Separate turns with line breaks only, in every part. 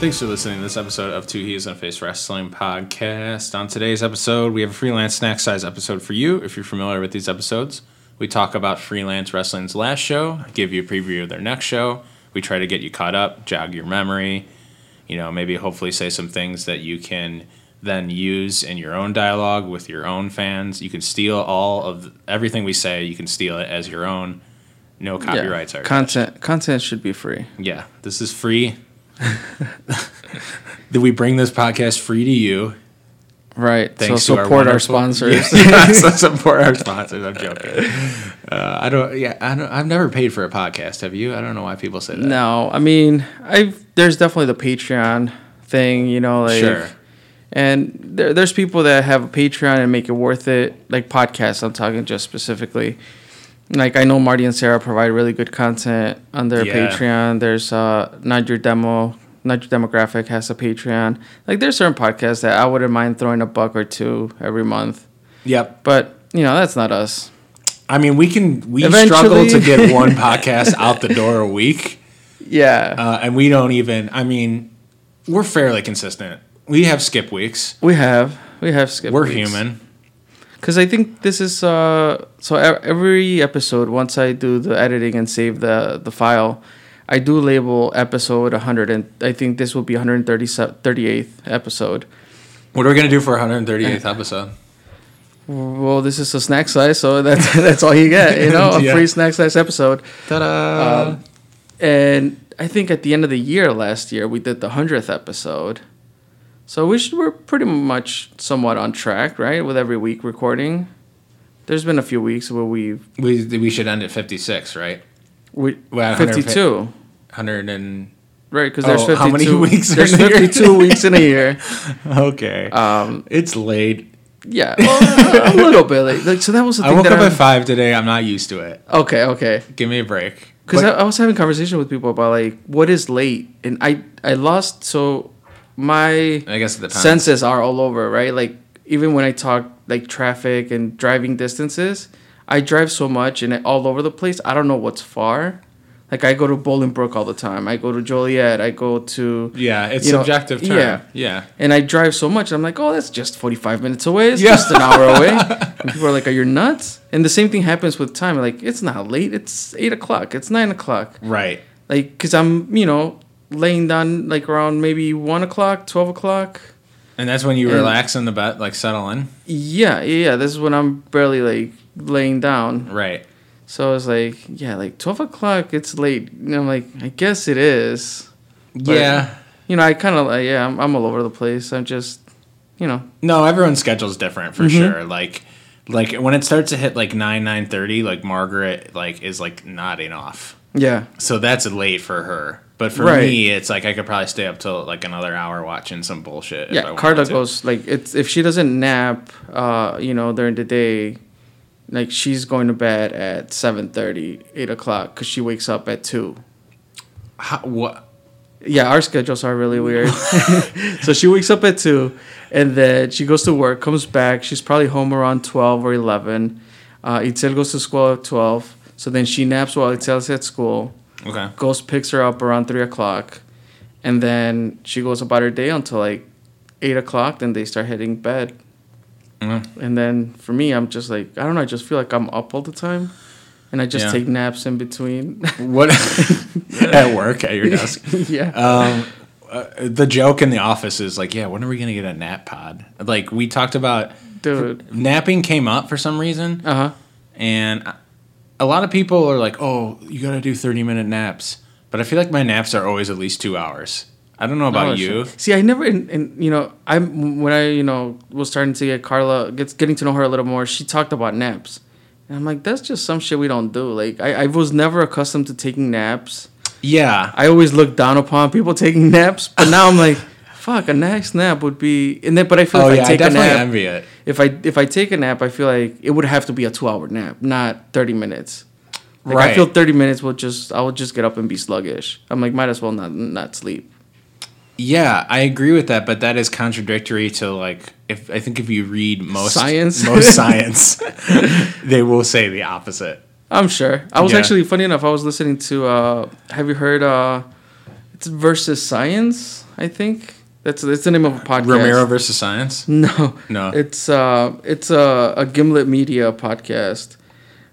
Thanks for listening to this episode of Two Heels and a Face Wrestling Podcast. On today's episode, we have a freelance snack size episode for you. If you're familiar with these episodes, we talk about freelance wrestling's last show, give you a preview of their next show. We try to get you caught up, jog your memory, you know, maybe hopefully say some things that you can then use in your own dialogue with your own fans. You can steal all of everything we say, you can steal it as your own. No copyrights are.
Content content should be free.
Yeah, this is free. That we bring this podcast free to you.
Right.
Thanks
so
to our
support our,
wonderful-
sponsors.
Yeah, so support our sponsors. I'm joking. Uh, I don't. Yeah, I don't, I've never paid for a podcast. Have you? I don't know why people say that.
no, I mean, I there's definitely the Patreon thing, you know, like
Sure.
And there, there's people that have a Patreon and make it worth it, like podcasts. I'm talking just specifically. Like I know Marty and Sarah provide really good content on their
Yeah.
Patreon. There's uh, not your demo, not your demographic has a Patreon. Like there's certain podcasts that I wouldn't mind throwing a buck or two every month,
Yep.
but you know that's not us.
I mean, we can. We struggle to
Eventually-
get one podcast out the door a week,
Yeah,
uh, and we don't even. I mean, we're fairly consistent. We have skip weeks.
we have we have skipped.
We're human.
Because I think this is uh, so e- every episode. Once I do the editing and save the the file, I do label episode 100, and I think this will be 138th episode.
What are we gonna do for 138th episode?
Well, this is a snack size, so that's that's all you get, you know, a
Yeah.
free snack size episode.
Ta-da!
And I think at the end of the year last year we did the hundredth episode, so we should, we're pretty much somewhat on track, right? With every week recording, there's been a few weeks where we've
we we should end at 56, right?
we
We're at 150.
52.
100 and
Right, because
Oh,
there's 52
how many weeks are
There's
in a year?
52 weeks in a year.
okay.
Um,
it's late.
yeah, well, a little bit. Like, like, so that was the
I
thing
woke
that
up
I'm-
at five today. I'm not used to it.
okay, okay.
Give me a break.
Because I,
But-
I was having conversation with people about like what is late, and I I lost so my
I guess at the time.
senses are all over, right? Like even when I talk like traffic and driving distances, I drive so much and all over the place. I don't know what's far. Like I go to Bolingbrook all the time. I go to Joliet. I go to
yeah, it's
you know,
subjective term.
yeah.
Yeah. yeah.
And I drive so much, I'm like, oh, that's just 45 minutes away. It's
Yeah.
just an hour away. And people are like, are you nuts? And the same thing happens with time. Like, it's not late. It's 8 o'clock. It's 9 o'clock.
Right.
Like, because I'm, you know, laying down like around maybe 1 o'clock, 12 o'clock.
And that's when you
And-
relax in the bed, like settle in.
Yeah, yeah, yeah. This is when I'm barely like laying down.
Right.
So I was like, yeah, like 12 o'clock, it's late. And I'm like, I guess it is.
yeah.
You know, I kind of, like, yeah, I'm, I'm all over the place. I'm just, you know,
No, everyone's schedule's different for sure. Like, like when it starts to hit like nine nine thirty, like Margaret like is like nodding off.
yeah.
So that's late for her. But for
Right.
me, it's like I could probably stay up till like another hour watching some bullshit. if I
Yeah,
wanted
Carla
to.
goes like it's if she doesn't nap, uh, you know, during the day, like she's going to bed at 7:30, 8 o'clock because she wakes up at two.
How, what?
Yeah, our schedules are really weird. so she wakes up at two, and then she goes to work, comes back. She's probably home around 12 or 11. Uh, Itzel goes to school at 12, so then she naps while Itzel's at school.
Okay.
Ghost picks her up around three o'clock, and then she goes about her day until like eight o'clock. Then they start hitting bed,
Mm.
and then for me, I'm just like I don't know. I just feel like I'm up all the time, and I just
Yeah.
take naps in between.
What? at work at your desk.
yeah,
um, uh, the joke in the office is like, yeah, when are we gonna get a nap pod? Like we talked about
dude.
napping came up for some reason,
Uh huh.
and I- a lot of people are like, oh, you gotta do thirty minute naps, but I feel like my naps are always at least two hours. I don't know about
Oh,
you.
shit. See, I never, and, and you know, I'm when I, you know, was starting to get Carla, gets getting to know her a little more. She talked about naps, and I'm like, that's just some shit we don't do. Like, I, I was never accustomed to taking naps.
Yeah,
I always look down upon people taking naps, but now I'm like, fuck, a nice nap would be. And then, but I feel
oh
if
yeah,
I
I
take a
definitely
nap,
envy it.
if I if I take a nap, I feel like it would have to be a two hour nap, not thirty minutes. Like, I
Right.
feel thirty minutes will just I will just get up and be sluggish. I'm like, might as well not not sleep.
Yeah, I agree with that, but that is contradictory to like if I think if you read most
Science?
most science, they will say the opposite.
I'm sure. I was
Yeah.
actually funny enough. I was listening to. Uh, have you heard? Uh, It's versus science, I think. That's that's the name of a podcast.
Romero versus Science.
No,
No.
It's uh, it's a, a Gimlet Media podcast,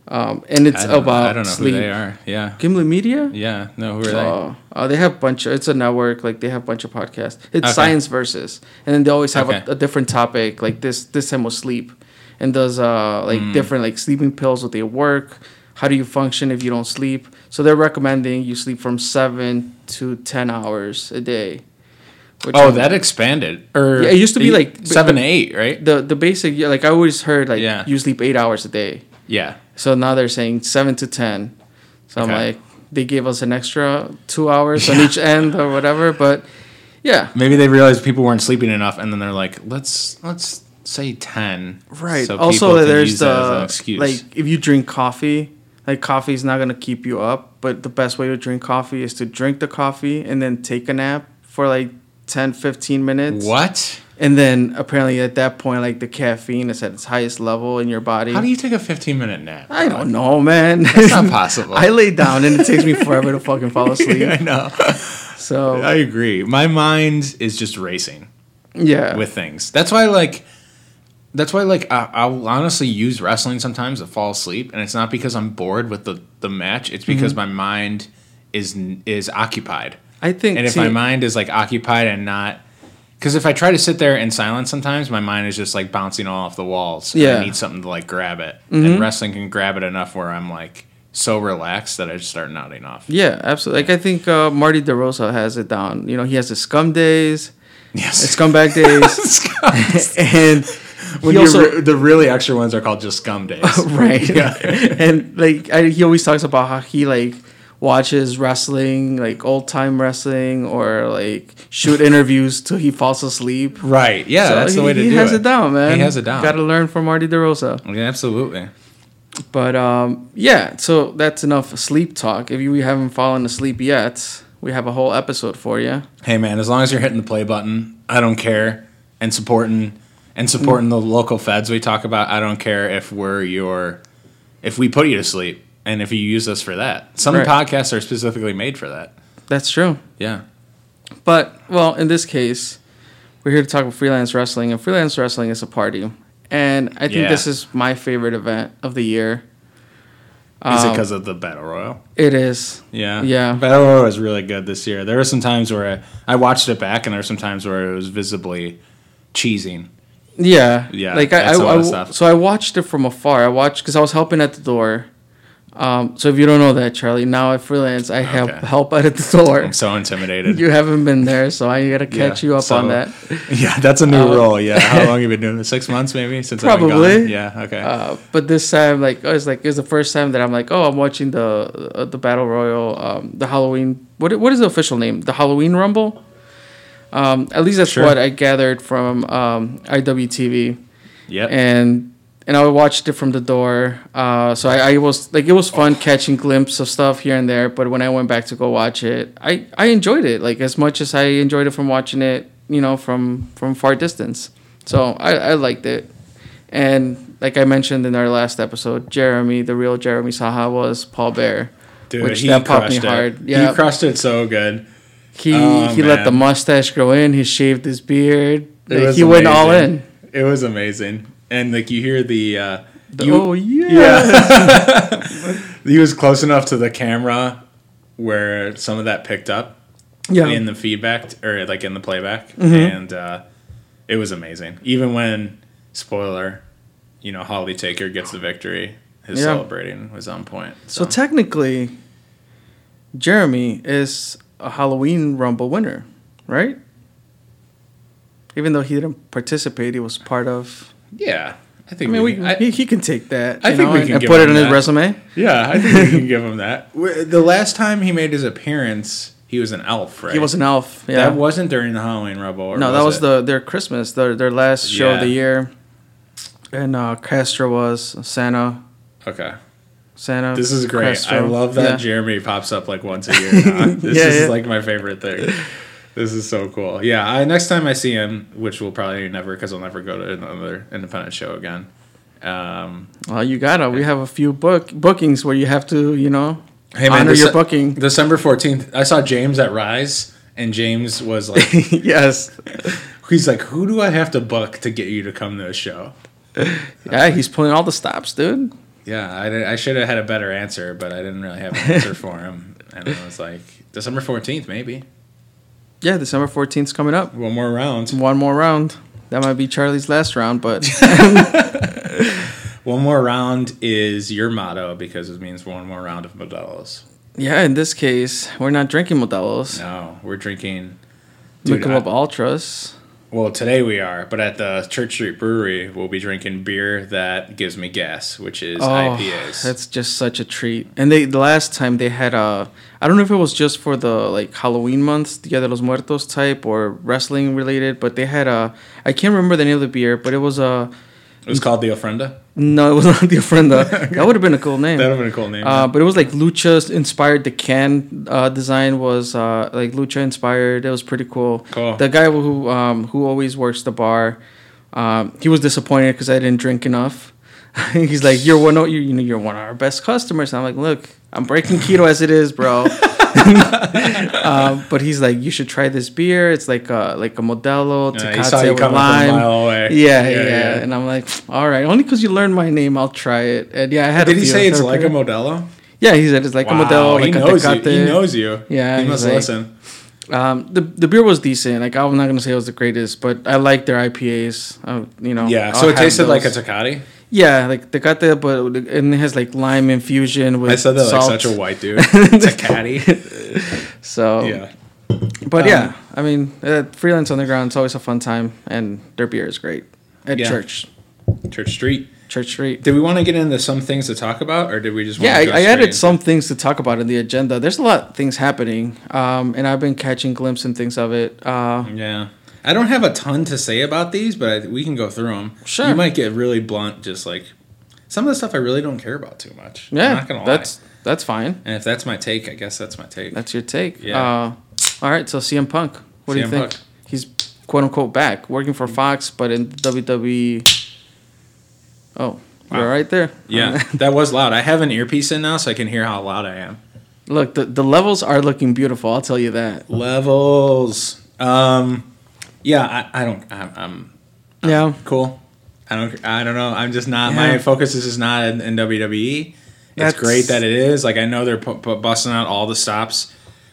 um, and it's
I don't,
about
I don't know
sleep.
who they are. Yeah,
Gimlet Media.
yeah. No, who are they?
Oh, uh, they have bunch. Of, it's a network. Like they have bunch of podcasts. It's
Okay.
science versus, and then they always have
Okay.
a, a different topic. Like this, this time was sleep, and does uh like
Mm.
different like sleeping pills what they work. How do you function if you don't sleep? So they're recommending you sleep from seven to ten hours a day. which
Oh,
I'm-
that expanded. Or
Yeah, it used to be
the-
like-
seven to eight, right?
the the basic yeah, like I always heard like
Yeah.
you sleep eight hours a day.
Yeah.
So now they're saying seven to ten. So I'm
Okay.
like they gave us an extra two hours on each end or whatever, but yeah.
Maybe they realized people weren't sleeping enough, and then they're like, let's let's say ten.
Right.
So people
also
can use
there's
that as an
the
excuse.
like if you drink coffee, like coffee is not gonna keep you up, but the best way to drink coffee is to drink the coffee and then take a nap for like 10 15 minutes
what?
and then apparently at that point like the caffeine is at its highest level in your body
How do you take a fifteen minute nap?
I don't know, man.
It's not possible.
I lay down and it takes me forever to fucking fall asleep.
I know. I
So
agree. My mind is just racing.
yeah,
with things. That's why like that's why like I, I'll honestly use wrestling sometimes to fall asleep, and it's not because I'm bored with the the match. It's because my mind is is occupied,
I think.
and if
see,
my mind is like occupied and not. Because if I try to sit there in silence, sometimes my mind is just like bouncing all off the walls. and
Yeah.
I need something to like grab it, and wrestling can grab it enough where I'm like so relaxed that I just start nodding off.
yeah, absolutely. Like I think uh, Marty DeRosa has it down. You know, he has the scum days,
Yes,
scumbag days, and
when
he
you're
also
re- the really extra ones are called just scum days.
right.
Yeah.
and like I, he always talks about how he like watches wrestling, like old time wrestling, or like shoot interviews till he falls asleep.
Right. Yeah,
So
that's the
he-
way to
he
do
has
it.
it down, man.
He has it down.
Got to learn from Marty DeRosa.
Yeah, absolutely.
But um, yeah, so that's enough sleep talk. If you haven't fallen asleep yet, we have a whole episode for you.
Hey, man, as long as you're hitting the play button, I don't care, and supporting and supporting the local feds we talk about, I don't care if we're your if we put you to sleep and if you use us for that. Some
Right.
podcasts are specifically made for that.
That's true.
Yeah.
But well, in this case, we're here to talk about freelance wrestling, and freelance wrestling is a party. And I think
Yeah.
this is my favorite event of the year.
Is it because of the battle royal?
It is.
Yeah.
Um, Yeah.
Battle Royal was really good this year. There were some times where I, I watched it back, and there were some times where it was visibly cheesing.
Yeah.
Yeah,
Like I,
that's a lot
I, I
of stuff.
so I watched it from afar. I watched because I was helping at the door. Um, so if you don't know that, Charlie, now at freelance, I help
Okay.
help out at the door.
I'm so intimidated.
You haven't been there, so I gotta catch
Yeah,
you up
so-
on that. Uh,
Yeah, that's a new role. Yeah, how long you been doing this? Six months, maybe since I've been gone?
Probably.
Yeah, okay.
Uh, but this time, like, oh, it's like it's the first time that I'm like, oh, I'm watching the uh, the battle royal, um, the Halloween. What what is the official name? The Halloween Rumble. Um, at least that's
Sure.
what I gathered from um, IWTV,
yep.
and and I watched it from the door. Uh, so I, I was like, it was fun catching glimpses of stuff here and there. But when I went back to go watch it, I I enjoyed it like as much as I enjoyed it from watching it, you know, from from far distance. So I I liked it. And like I mentioned in our last episode, Jeremy, the real Jeremy Saha, was Paul Bear,
Dude,
which
he
that popped me
crushed it.
hard.
He
Yeah, he
crushed it so good.
he,
Oh,
let the
man.
mustache grow in. He shaved his beard.
It
Like,
was
he went all in.
amazing. It was amazing, and like you hear the. Uh,
The-
you-
oh yeah.
he was close enough to the camera where some of that picked up
yeah, Mm-hmm.
in the feedback t- or like in the playback, and uh, it was amazing. Even when spoiler, you know, Holly Taker gets the victory, his
Yeah.
celebrating was on point.
So technically, Jeremy is a Halloween Rumble winner, right? Even though he didn't participate, he was part of.
yeah, I think
I mean, we,
I-
he, he can take that.
I
you
think
know,
we
and-
can
and
give
put it
him
on his
that.
resume.
Yeah, I think we can give him that. Wh- The last time he made his appearance, he was an elf, right?
He was an elf. Yeah.
That wasn't during the Halloween Rumble. or
No, that was
it?
the their Christmas, their their last show of the
Yeah.
year. And uh Castro was Santa.
Okay,
Santa.
this is great. I
Castro.
love that
Yeah.
Jeremy pops up like once a year. Now. This
Yeah,
is
yeah.
like my favorite thing. This is so cool. Yeah, I, next time I see him, which will probably never, because I'll never go to another independent show again. Um,
Well, you gotta. We have a few book bookings where you have to, you know,
Hey, man,
honor
this-
your booking.
December fourteenth, I saw James at Rise, And James was like,
yes.
he's like, who do I have to buck to get you to come to a show?
Yeah, he's pulling all the stops, dude.
Yeah, I, did- I should have had a better answer, but I didn't really have an answer for him. And I was like, December 14th, maybe.
Yeah, December 14th's coming up.
One more round.
One more round. That might be Charlie's last round, but
One more round is your motto because it means one more round of Modelo's.
yeah, in this case, we're not drinking Modelo's.
No, we're drinking.
Dude,
Dude, I-
Michelob Ultras.
Well, today we are, but at the Church Street Brewery, we'll be drinking beer that gives me gas, which is
Oh,
IPAs.
that's just such a treat. And they the last time they had a I don't know if it was just for the like Halloween month, Dia de los Muertos type or wrestling related, but they had a I can't remember the name of the beer, but it was a
It was called the Ofrenda.
no, it was not the Ofrenda. that would have been a cool name.
That would have been a cool name.
Uh, but it was like lucha inspired. The can uh, design was uh, like lucha inspired. It was pretty cool.
Cool.
The guy who um, who always works the bar, um, he was disappointed because I didn't drink enough. He's like, "You're one of you, you know, you're one of our best customers." And I'm like, "Look, I'm breaking keto as it is, bro." um, but he's like, "You should try this beer. It's like a like a Modelo
Yeah,
Tecate
he saw you
with
coming
lime."
from a mile away.
Yeah, yeah,
Yeah, yeah.
And I'm like, "All right, only because you learned my name, I'll try it." And yeah, I had. a
Did he
few
say it's
after
like a
beer.
Modelo?
Yeah, he said it's like a Modelo,
he
like
knows
a
you.
Tecate.
He knows you.
Yeah,
he
he's
must
like-
listen.
Um, the the beer was decent. Like I'm not gonna say it was the greatest, but I like their IPAs. Uh, you know.
Yeah,
I'll
so it
have
tasted like a
those.
Tecate.
yeah, like Tecate, but and it has like lime infusion with
I said that
salt. Oh.
like such a white dude. Tecate.
so
yeah.
But
Um,
yeah, I mean, uh, freelance underground. It's always a fun time, and their beer is great at
Yeah.
church
Church Street.
Church Street.
Did we want to get into some things to talk about, or did we just?
Yeah,
wanna go
I, I
straight
added
in?
some things to talk about in the agenda. There's a lot of things happening, um, and I've been catching glimpses and things of it. Uh,
Yeah, I don't have a ton to say about these, but I, we can go through them.
Sure.
You might get really blunt, just like some of the stuff I really don't care about too much. I'm
yeah,
not gonna lie.
that's that's fine.
and if that's my take, I guess that's my take.
That's your take.
Yeah.
Uh, all right. So CM Punk. What do you
CM
think?
Punk.
He's quote unquote back working for Fox, but in WWE. Oh, you're
Wow.
right there.
yeah, that was loud. I have an earpiece in now, so I can hear how loud I am.
Look, the, the levels are looking beautiful. I'll tell you that.
Levels. Um, yeah, I, I don't. I'm, I'm
Yeah.
cool. I don't. I don't know. I'm just not.
Yeah.
My focus is just not in, in WWE.
That's-
it's great that it is. Like I know they're pu- pu- busting out all the stops.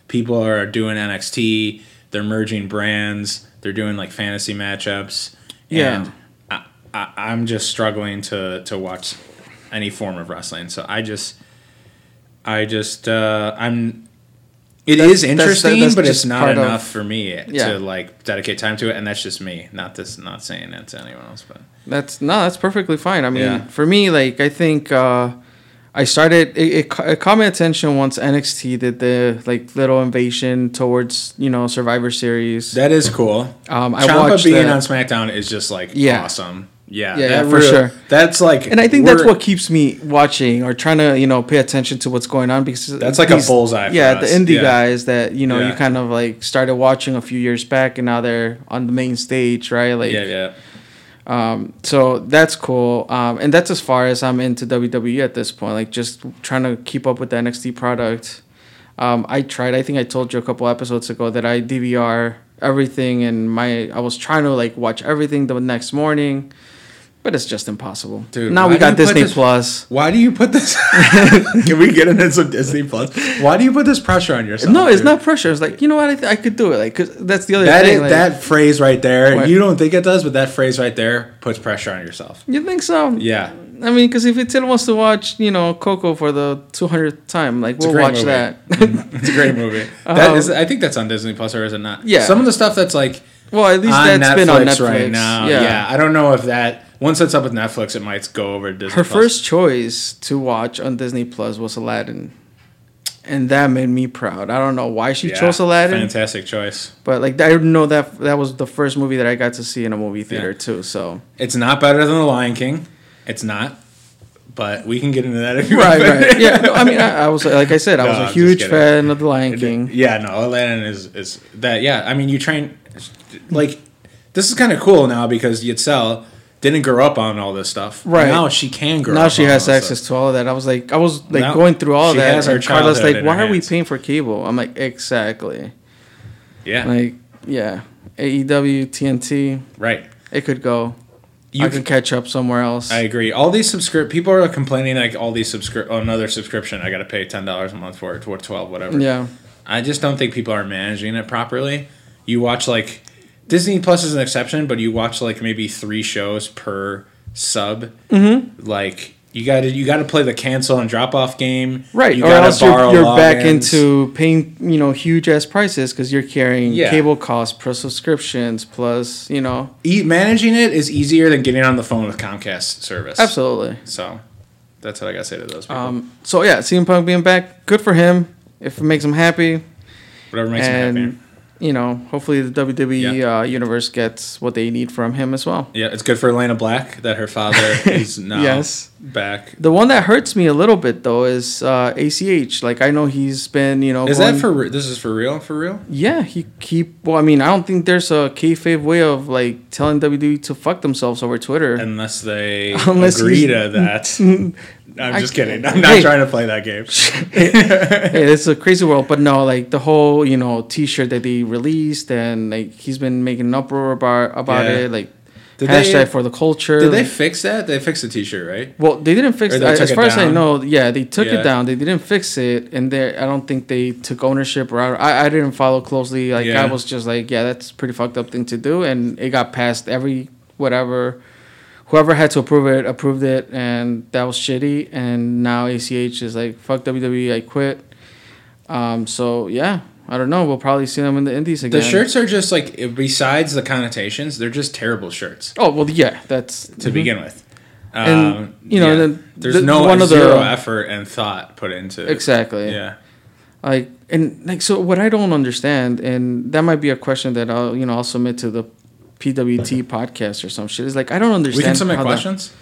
People are doing NXT. They're merging brands. They're doing like fantasy matchups.
Yeah.
And I, I, I'm just struggling to to watch any form of wrestling. So I just, I just, uh, I'm. It
That's-
is
that's-
interesting,
that's
but
just
it's not
part of-
enough for me
Yeah.
to like dedicate time to it, and that's just me. Not this. Not saying that to anyone else, but.
That's no, that's perfectly fine. I mean,
Yeah.
for me, like I think uh, I started. It, it, ca- it caught my attention once NXT did the like little invasion towards you know Survivor Series.
That is cool.
Um, I
Champa
watched
being
that.
on SmackDown is just like
Yeah.
awesome. Yeah,
Yeah,
that
yeah, for
real-
sure.
That's like,
and I think that's
we're-
what keeps me watching or trying to you know pay attention to what's going on because
That's like a bullseye for
yeah,
us.
the indie
Yeah.
guys that you know you
Yeah.
kind of like started watching a few years back and now they're on the main stage, right? Like,
Yeah, yeah,
so that's cool. Um, and that's as far as I'm into WWE at this point. Like just trying to keep up with the NXT product. Um, I tried. I think I told you a couple episodes ago that I DVR everything and my I was trying to like watch everything the next morning. But it's just impossible.
Dude,
now
why
we
do
got
you put
Disney
this-
Plus.
Why do you put this? Can we get into some Disney Plus? Why do you put this pressure on yourself?
No, it's
dude?
not pressure. It's like you know what I, th- I could do it. Like 'cause that's the other
That
thing.
is,
like-
that phrase right there.
What?
You don't think it does, but that phrase right there puts pressure on yourself.
you think so?
Yeah,
I mean, because if Itzel wants to watch, you know, Coco for the 200th time, like
a
we'll
great
watch
movie. Mm-hmm.
that.
it's a great movie.
Um,
That is, I think that's on Disney Plus, or is it not?
Yeah.
Some of the stuff that's like
well, at least
on
that's
Netflix
been on Netflix
right now. Yeah. I don't know if that once it's up with Netflix, it might go over to Disney.
Her
Plus.
first choice to watch on Disney Plus was Aladdin. And that made me proud. I don't know why she
Yeah,
chose Aladdin,
Fantastic choice.
but like I know that that was the first movie that I got to see in a movie theater
Yeah.
too. So
It's not better than The Lion King. It's not. But we can get into that if you
right,
want.
right, yeah. No, I mean, I, I was like I said, I
No,
was
I'm
a
just
huge
kidding.
fan of The Lion King.
Yeah, no, Aladdin is is that. Yeah, I mean, you train like this is kind of cool now because Yitzel didn't grow up on all this stuff.
Right.
now, she can grow.
Now
up
she
on
has
all this
access
stuff.
to all of that. I was like, I was like
Now
going through all
she
that.
has
and
her
Carla's
childhood
like,
in her
why are we
hands."
paying for cable? I'm like, exactly.
Yeah.
Like, yeah, E AEW, TNT,
right.
it could go.
You
I could catch up somewhere else.
I agree. All these subscrip people are complaining like all these subscri- oh, another subscription I got to pay ten dollars a month for it or twelve whatever.
yeah,
I just don't think people are managing it properly. You watch like Disney Plus is an exception, but you watch like maybe three shows per sub. Mm-hmm. Like you got to you got to play the cancel and drop off game.
right.
You
or
gotta
else you're,
borrow
you're back
logins.
into paying, you know, huge ass prices because you're carrying
Yeah.
cable costs plus subscriptions plus, you know,
E- managing it is easier than getting on the phone with Comcast service.
absolutely.
So that's what I got to say to those people.
Um, so yeah, CM Punk being back, good for him. If it makes him happy,
Whatever makes them
and
happy.
you know, hopefully the WWE
Yeah.
uh, universe gets what they need from him as well.
Yeah, it's good for Elena Black that her father is now
Yes.
back.
The one that hurts me a little bit though is uh, ACH. Like I know he's been, you know,
Is
going-
that for re- this is for real? For real?
Yeah, he keep. Well, I mean, I don't think there's a kayfabe way of like telling WWE to fuck themselves over Twitter.
Unless they
Unless
agree
he's-
to that. I'm just kidding. I'm not
Hey.
trying to play that game.
Hey, it's a crazy world, but no, like the whole you know T-shirt that they released, and like he's been making an uproar about about
Yeah.
it, like
Did
hashtag
they-
for the culture.
Did they fix that? They fixed the T-shirt, right?
Well, they didn't fix
Or
it.
they took
As
it
far as I
down?
know, yeah, they took
Yeah.
it down. They didn't fix it, and they, I don't think they took ownership. Or I, I didn't follow closely. Like
Yeah.
I was just like, yeah, that's a pretty fucked up thing to do, and it got past every whatever, whoever had to approve it approved it, and that was shitty. And now ACH is like, fuck WWE, I quit. Um, so yeah, I don't know. We'll probably see them in the Indies
The
again.
shirts are just like besides the connotations, they're just terrible shirts
Oh well, yeah, that's
to begin with.
Mm-hmm.
Um,
And, you know, then
there's
the-
no
one of the-
zero effort and thought put into
exactly.
Yeah,
like and like so what i don't understand and that might be a question that i'll you know i'll submit to the pwt podcast or some shit is like i don't understand
we can submit
how the-
questions.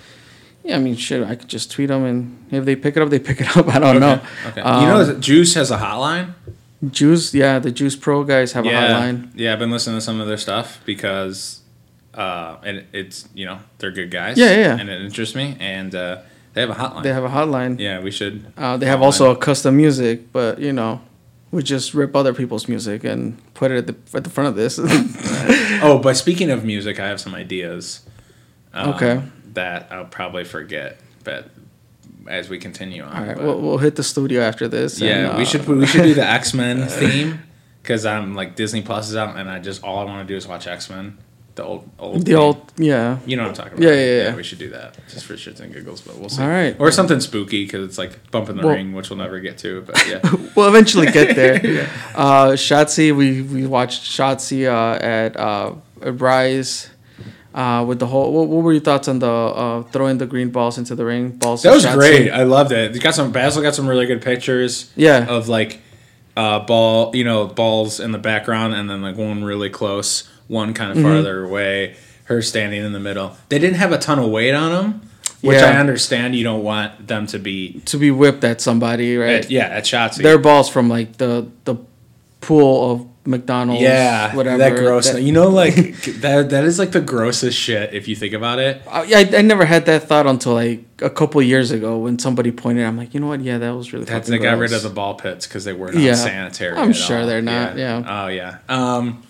yeah i mean shit i could just tweet them and if they pick it up they pick it up i don't know
Okay.
Um,
you know, that Juice has a hotline.
juice yeah the juice pro guys have a hotline
Yeah, I've been listening to some of their stuff because, uh, and it's you know they're good guys.
Yeah, yeah, yeah.
And it interests me, and uh, they have a hotline.
they have a hotline
yeah, we should.
uh, they have also a custom music but you know we just rip other people's music and put it at the at the front of this
Oh, but speaking of music, I have some ideas. um,
Okay.
That I'll probably forget, but as we continue on.
all right
but-
we'll, we'll hit the studio after this
yeah,
and, uh,
we should we should do the X Men theme because I'm like Disney Plus is out, and I just all I want to do is watch X Men. The old old
the
theme.
old yeah
You know what I'm talking about.
Yeah, yeah, yeah.
We should do that just for shits and giggles, but we'll see.
All right.
Or something spooky because it's like bump in the
Well-
ring, which we'll never get to. But yeah.
we'll eventually get there. uh, Shotzi, we, we watched Shotzi uh, at, uh, at Rise uh, with the whole. What, what were your thoughts on the uh, throwing the green balls into the ring? Balls.
that
to
was
Shotzi?
great. I loved it. You got some Basil got some really good pictures.
Yeah.
Of like uh, ball, you know, balls in the background, and then like one really close, one kind of
Mm-hmm.
farther away. Her standing in the middle. They didn't have a ton of weight on them, which
Yeah.
I understand. You don't want them to be.
To be whipped at somebody, right?
At, yeah, at Shotzi.
Their balls from like the the pool of McDonald's.
Yeah,
whatever.
That gross.
That-
you know, like that. That is like the grossest shit if you think about it.
I, uh, I- I never had that thought until like a couple years ago when somebody pointed. I'm like, you know what? Yeah, that was really.
That's
fucking
they got rid
gross."
of the ball pits because they were not
Yeah.
sanitary.
I'm
at
sure
all.
they're not,
Oh yeah. Um,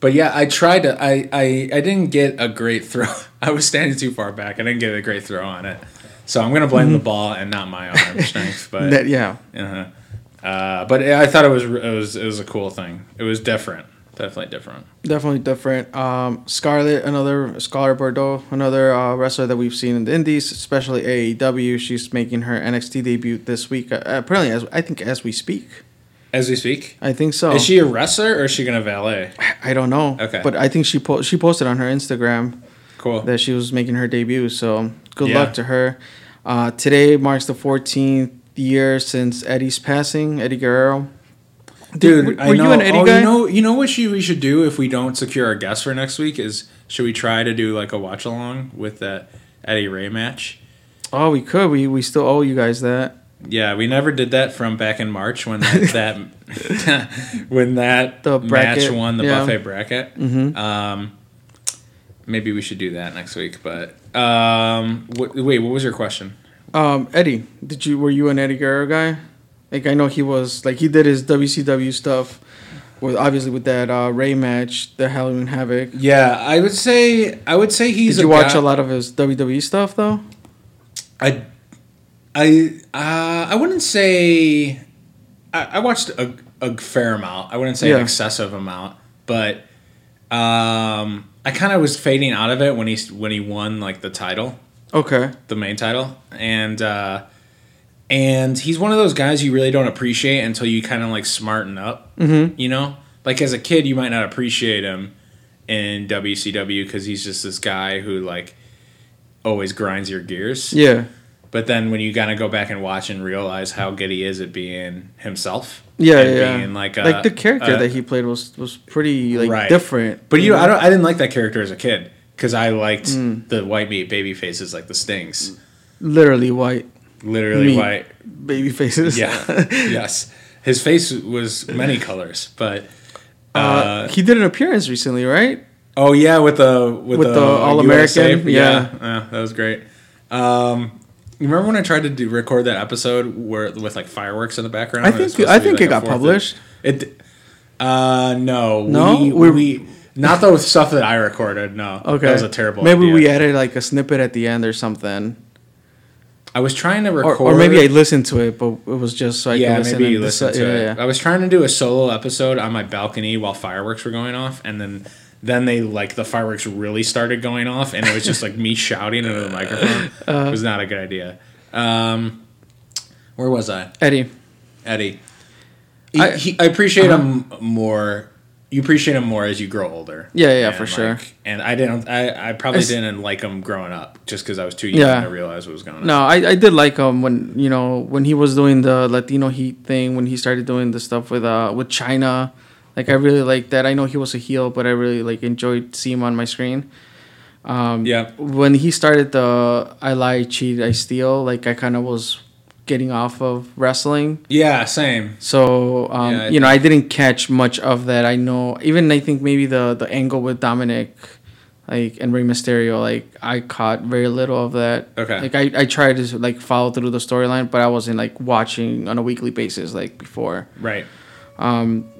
but yeah, I tried to. I I I didn't get a great throw. I was standing too far back. I didn't get a great throw on it. So I'm gonna blame the ball and not my arm strength. But
Mm-hmm. That, yeah,
uh-huh. uh, but I thought it was it was it was a cool thing. It was different. Definitely different.
Definitely different. Um, Scarlett, another Scarlett Bordeaux, another uh, wrestler that we've seen in the Indies, especially AEW. She's making her NXT debut this week. Uh, apparently, as I think as we speak,
As we speak,
I think so.
is she a wrestler or is she gonna valet?
I don't know.
Okay.
But I think she po- she posted on her Instagram
Cool.
that she was making her debut. So good
Yeah.
luck to her. Uh, today marks the 14th year since Eddie's passing, Eddie Guerrero.
Dude,
were-
I
were
know.
you an Eddie
oh,
guy?
you know, you know what she, we should do if we don't secure a guest for next week is should we try to do like a watch along with that Eddie Ray match?
Oh, we could. We we still owe you guys that.
Yeah, we never did that from back in March when that, that when that
The bracket,
match won the
yeah. Mm-hmm.
buffet bracket. Um, maybe we should do that next week. But um, wh- wait, what was your question?
Um, Eddie, did you were you an Eddie Guerrero guy? Like I know he was like he did his WCW stuff with obviously with that uh, Ray match, the Halloween Havoc.
Yeah, I would say I would say he's.
Did you watch
guy-
a lot of his WWE stuff though?
I, I, uh, I wouldn't say. I, I watched a, a fair amount. I wouldn't say an
Yeah.
excessive amount, but um, I kind of was fading out of it when he when he won like the title,
Okay.
the main title, and uh, and he's one of those guys you really don't appreciate until you kind of like smarten up. Mm-hmm. You know, like as a kid, you might not appreciate him in WCW because he's just this guy who like always grinds your gears.
Yeah.
But then when you kind of go back and watch and realize how good he is at being himself,
Yeah,
and
yeah.
being like a,
the character
a-
that he played was was pretty like
Right.
different.
But you know, I don't, I didn't like that character as a kid because I liked
Mm.
the white meat baby faces, like the stings,
literally white
literally
Meat.
white.
baby faces.
Yeah, yes. His face was many colors, but
Uh, he did an appearance recently, right?
oh yeah, with the with,
With
the,
the All-American,
USA,
yeah.
Uh, that was great. Um, you remember when I tried to do, record that episode where with like fireworks in the background?
I
It was
think-
supposed
I
to be,
think
like,
it
a
got
fourth-
published.
It. Uh, no,
No?
we, we,
We're-
not the stuff that I recorded. No,
Okay.
that was a terrible.
Maybe
idea.
we added like a snippet at the end or something.
I was trying to
Or,
record,
or maybe I listened to it, but it was just so I
yeah,
could listen.
maybe you
and
listened to
decide-
it.
yeah,
I was trying to do a solo episode on my balcony while fireworks were going off, and then then they like the fireworks really started going off, and it was just like me shouting into the microphone.
Uh-huh.
it was not a good idea. Um, where was I?
yeah. Eddie.
Eddie. He-
I- Uh-huh.
he- I appreciate him more. You appreciate him more as you grow older.
Yeah, yeah,
And,
for sure.
And I didn't. I, I probably
It's-
didn't like him growing up, just because I was too young
Yeah.
to realize what was going on.
No, I, I did like him when you know when he was doing the Latino Heat thing when he started doing the stuff with uh with China, like I really liked that. I know he was a heel, but I really like enjoyed seeing him on my screen.
Yeah.
When he started the I lie, cheat, I steal, like I kind of was getting off of wrestling,
Yeah. Same.
so um,
Yeah, I
you know I didn't catch much of that. I know even I think maybe the the angle with Dominic. Like and Rey Mysterio, like I caught very little of that.
Okay.
Like I, I tried to like follow through the storyline, but I wasn't like watching on a weekly basis like before.
Right.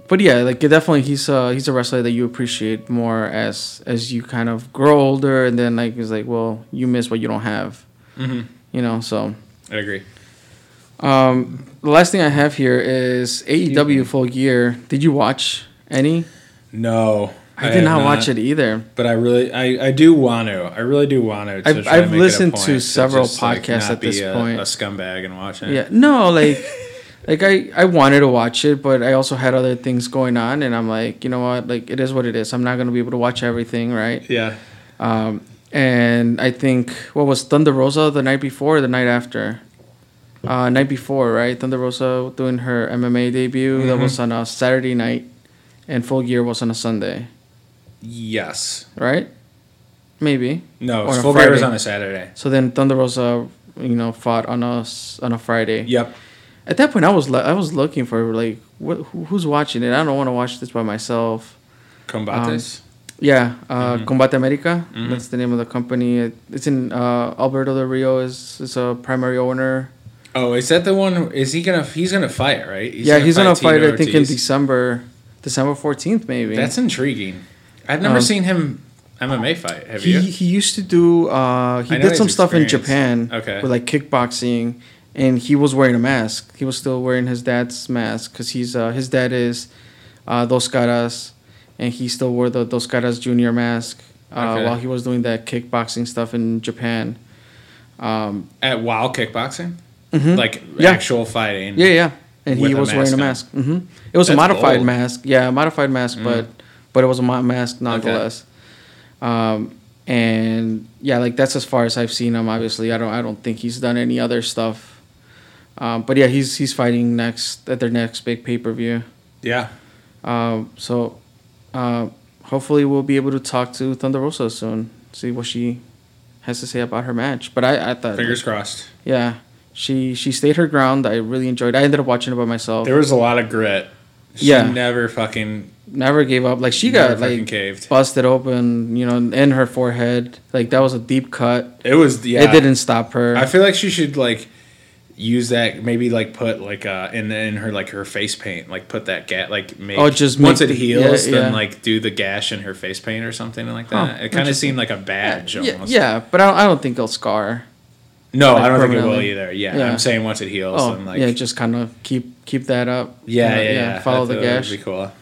But yeah, like definitely he's uh he's a wrestler that you appreciate more as as you kind of grow older, and then like it's like well you miss what you don't have,
Mm-hmm.
you know. So
I agree.
um, the last thing I have here is AEW Full Gear. Did you watch any?
No.
I, did
have
not watch it either.
But I really, I, I do want to. I really do want to. try
I've-
to
I've
make it a
listened
point
to several podcasts
not
at this
be a,
point.
A scumbag and watch it.
Yeah. No, like like I I wanted to watch it, but I also had other things going on and I'm like, you know what? Like it is what it is. I'm not going to be able to watch everything, right? Um,
Yeah.
And I think what was Thunder Rosa the night before or the night after? Uh, night before, right? Thunder Rosa doing her MMA debut. That was on a Saturday night, and Full Gear was on a Sunday,
Yes.
right? Maybe.
No.
Or on a
Full Gear was
Friday.
on a Saturday.
So then Thunder Rosa, you know, fought on a s- on a Friday.
Yep.
At that point, I was lo- I was looking for like what, who, who's watching it. I don't want to watch this by myself.
Combates.
Um, Yeah, uh, Combate America. That's the name of the company. It, it's in uh, Alberto del Rio is is a primary owner.
oh, is that the one? Is he gonna? He's gonna fight, right?
yeah, he's gonna fight.
Tino
I think in
Ortiz.
December, December fourteenth maybe.
That's intriguing. I've never
Um,
seen him MMA fight. Have
he
you?
he used to do uh, he
I know
did
his
some stuff in
experience.
Japan
Okay.
with like kickboxing, and he was wearing a mask. He was still wearing his dad's mask because he's uh, his dad is uh, Dos Caras, and he still wore the Dos Caras Junior mask uh,
Okay.
while he was doing that kickboxing stuff in Japan. Um,
At WoW Kickboxing. Like
Mm-hmm. Yeah.
actual fighting.
yeah, yeah, and
With
he
a
was wearing a
mask
mask. hmm It was a
That's
modified
bold. Mm.
mask, yeah, a modified mask, but but it was a mo- mask nonetheless. Um, and yeah, like that's as far as I've seen him. Obviously, I don't I don't think he's done any other stuff. Um, but yeah, he's he's fighting next at their next big pay per view.
Yeah.
Um, so uh, hopefully we'll be able to talk to Thunder Rosa soon. See what she has to say about her match. But I, I thought
Fingers crossed.
yeah. She she stayed her ground. I really enjoyed. I ended up watching it by myself.
There was a lot of grit. She
Yeah.
Never fucking
Never gave up. Like she
Never
got
fucking
like
caved.
busted open, you know, in her forehead. Like that was a deep cut.
It was yeah.
It didn't stop her.
I feel like she should like use that maybe like put like uh in in her like her face paint like put that gat like make
Oh, just
once
make
it
the-
heals
yeah,
then
yeah.
like do the gash in her face paint or something like that it kind of
interesting.
seemed like a badge
yeah,
almost
yeah, but I don't, I don't think it'll scar.
no
Like,
i don't think it will
permanently.
either yeah,
Yeah.
i'm saying once it heals
Oh,
then like
yeah, just kind of keep keep that up.
yeah,
Uh,
yeah, yeah,
Follow
That-
the
that would
gash.
be cool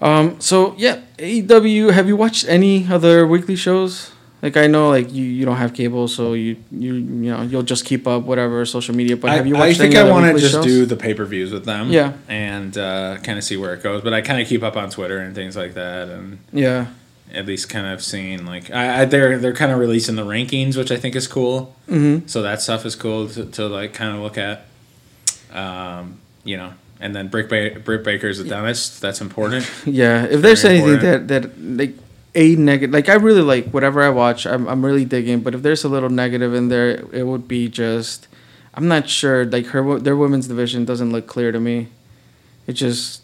Um. So yeah, AEW. Have you watched any other weekly shows? Like I know, like you, you don't have cable, so you you you know you'll just keep up whatever social media. But
I,
have you
I
watched?
think
any
I
other
want to
weekly
just
shows?
do the pay per views with them.
Yeah.
And uh, kind of see where it goes. But I kind of keep up on Twitter and things like that. And
Yeah.
at least kind of seeing like I, I they're they're kind of releasing the rankings, which I think is cool. Mm-hmm. So that stuff is cool to, to like kind of look at, um, you know. And then Brick ba- Britt Baker's a dentist. That's important.
Yeah, if there's
Very
anything
important.
that that like a negative, like I really like whatever I watch, I'm I'm really digging. But if there's a little negative in there, it would be just I'm not sure. Like her, wo- their women's division doesn't look clear to me. It just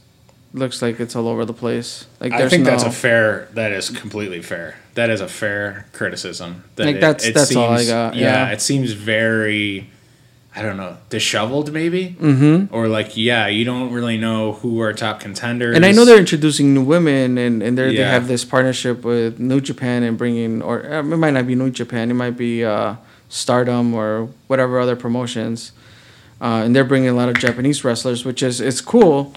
looks like it's all over the place. Like there's
I think
no,
that's a fair. That is completely fair. That is a fair criticism. That
Like, that's- that's all I got, yeah.
it seems very. I don't know, disheveled maybe,
Mhm.
or like yeah, you don't really know who are top contenders.
And I know they're introducing new women, and and they're, they
Yeah.
have this partnership with New Japan and bringing, or uh, it might not be New Japan, it might be uh, Stardom or whatever other promotions, uh, and they're bringing a lot of Japanese wrestlers, which is it's cool,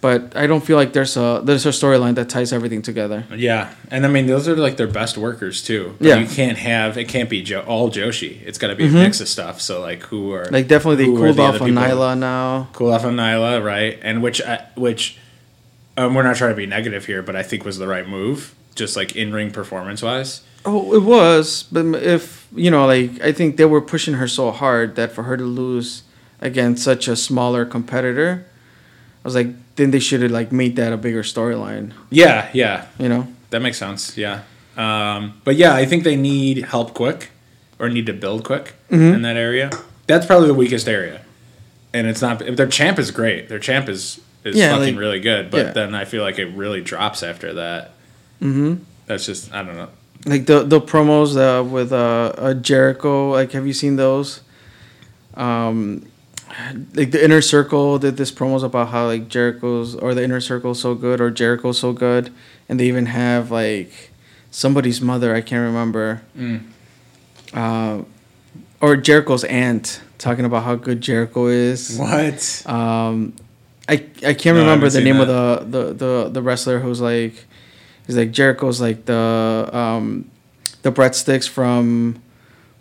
but I don't feel like there's a there's a storyline that ties everything together.
Yeah, and I mean those are like their best workers too.
Yeah. Mm-hmm.
you can't have it can't be jo- all Joshi. It's got to be a mix of stuff. So like who are
Like definitely they
who are
cooled
the
off
other
on
people?
Nyla now.
cool off on Nyla, right? And which I, which um, we're not trying to be negative here, but I think was the right move. Just like in ring performance wise,
Oh, it was, but m- if you know, like I think they were pushing her so hard that for her to lose against such a smaller competitor, I was like, then they should have like made that a bigger storyline,
yeah, yeah,
you know?
that makes sense. Yeah, um, but yeah, I think they need help quick or need to build quick
Mm-hmm.
in that area. That's probably the weakest area, and it's not. Their champ is great. Their champ is is
Yeah,
fucking
like-
really good. But
yeah.
then I feel like it really drops after that. Mm-hmm. That's just I don't know.
Like the the promos uh, with uh, uh Jericho, like have you seen those? Um, like the inner circle did this promos about how like Jericho's or the inner circle's so good or Jericho's so good, and they even have like somebody's mother I can't remember. uh, or Jericho's aunt talking about how good Jericho is.
What?
Um, I I
No,
can't
I
remember
haven't
the
seen
name of the, the, the, the wrestler who's like, he's like Jericho's like the um, the breadsticks from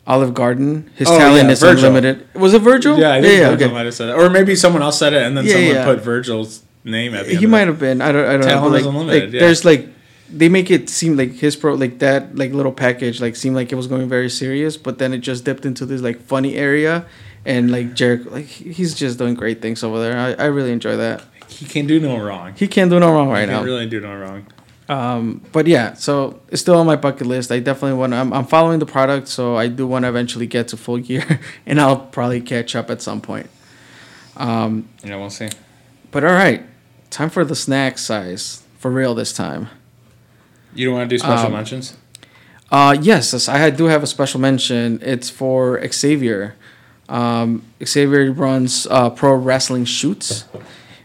Olive Garden. His
Oh,
talent
yeah,
is
Virgil.
unlimited. Was it Virgil?
Yeah, I think
yeah,
Virgil
okay.
might have said it, or maybe someone else said it, and then
Yeah,
someone
yeah.
put Virgil's name at the
He
end of
might
it.
have been. I don't. I don't know.
Talent
but,
is
like,
unlimited,
like,
yeah.
There's like, they make it seem like his pro, like that, like little package, like seemed like it was going very serious, but then it just dipped into this like funny area, and like Jericho, like he- he's just doing great things over there. I, I really enjoy that.
He can do no wrong.
He can't do no wrong
He
right
can
now.
really do no wrong.
Um, but yeah, so it's still on my bucket list. I definitely want. I'm, I'm following the product, so I do want to eventually get to full gear, and I'll probably catch up at some point.
Yeah, we'll see.
But all right, time for the snack size for real this time.
You don't want to do special
Um,
mentions?
Uh, yes, yes, I do have a special mention. It's for Xavier. Um, Xavier runs uh, pro wrestling shoots,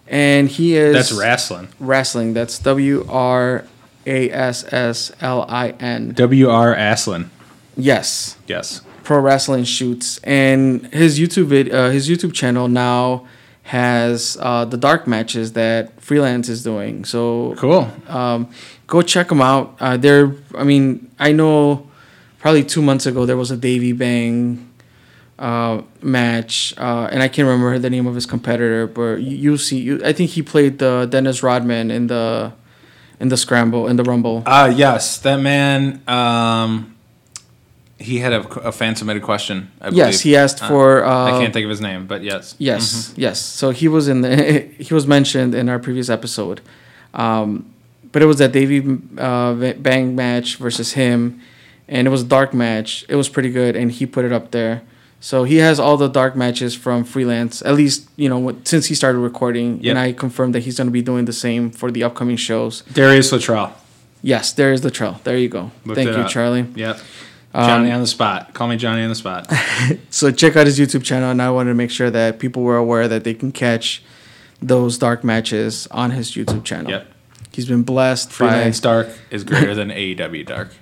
and he is
That's wrestling.
wrestling. That's W R A S S L I N.
W R Aslin.
Yes,
Yes.
pro wrestling shoots, and his YouTube vid- uh, his YouTube channel now has uh, the dark matches that freelance is doing. So
Cool.
um, go check them out. Uh, they're, I mean, I know probably two months ago there was a Davy Bang uh, match, uh, and I can't remember the name of his competitor, but you, you see, you, I think he played the Dennis Rodman in the in the scramble in the rumble.
Uh yes, that man. Um, he had a, a fan submitted question. I
yes, he asked
Uh,
for. Uh,
I can't think of his name, but yes.
Yes,
Mm-hmm.
yes. So he was in the he was mentioned in our previous episode, um, but it was that Davey uh, Va- Bang match versus him, and it was a dark match. It was pretty good, and he put it up there. So he has all the dark matches from freelance, at least you know what- since he started recording.
Yep.
And I confirmed that he's going to be doing the same for the upcoming shows.
Darius Latrell.
Yes, there is the trail. There you go.
Looked
Thank
it
you,
up.
Charlie. Um,
Yep. Johnny on the spot. Call me Johnny on the spot.
So check out his YouTube channel, and I wanted to make sure that people were aware that they can catch those dark matches on his YouTube channel.
Yep.
He's been blessed
Freelance Dark is greater than AEW Dark.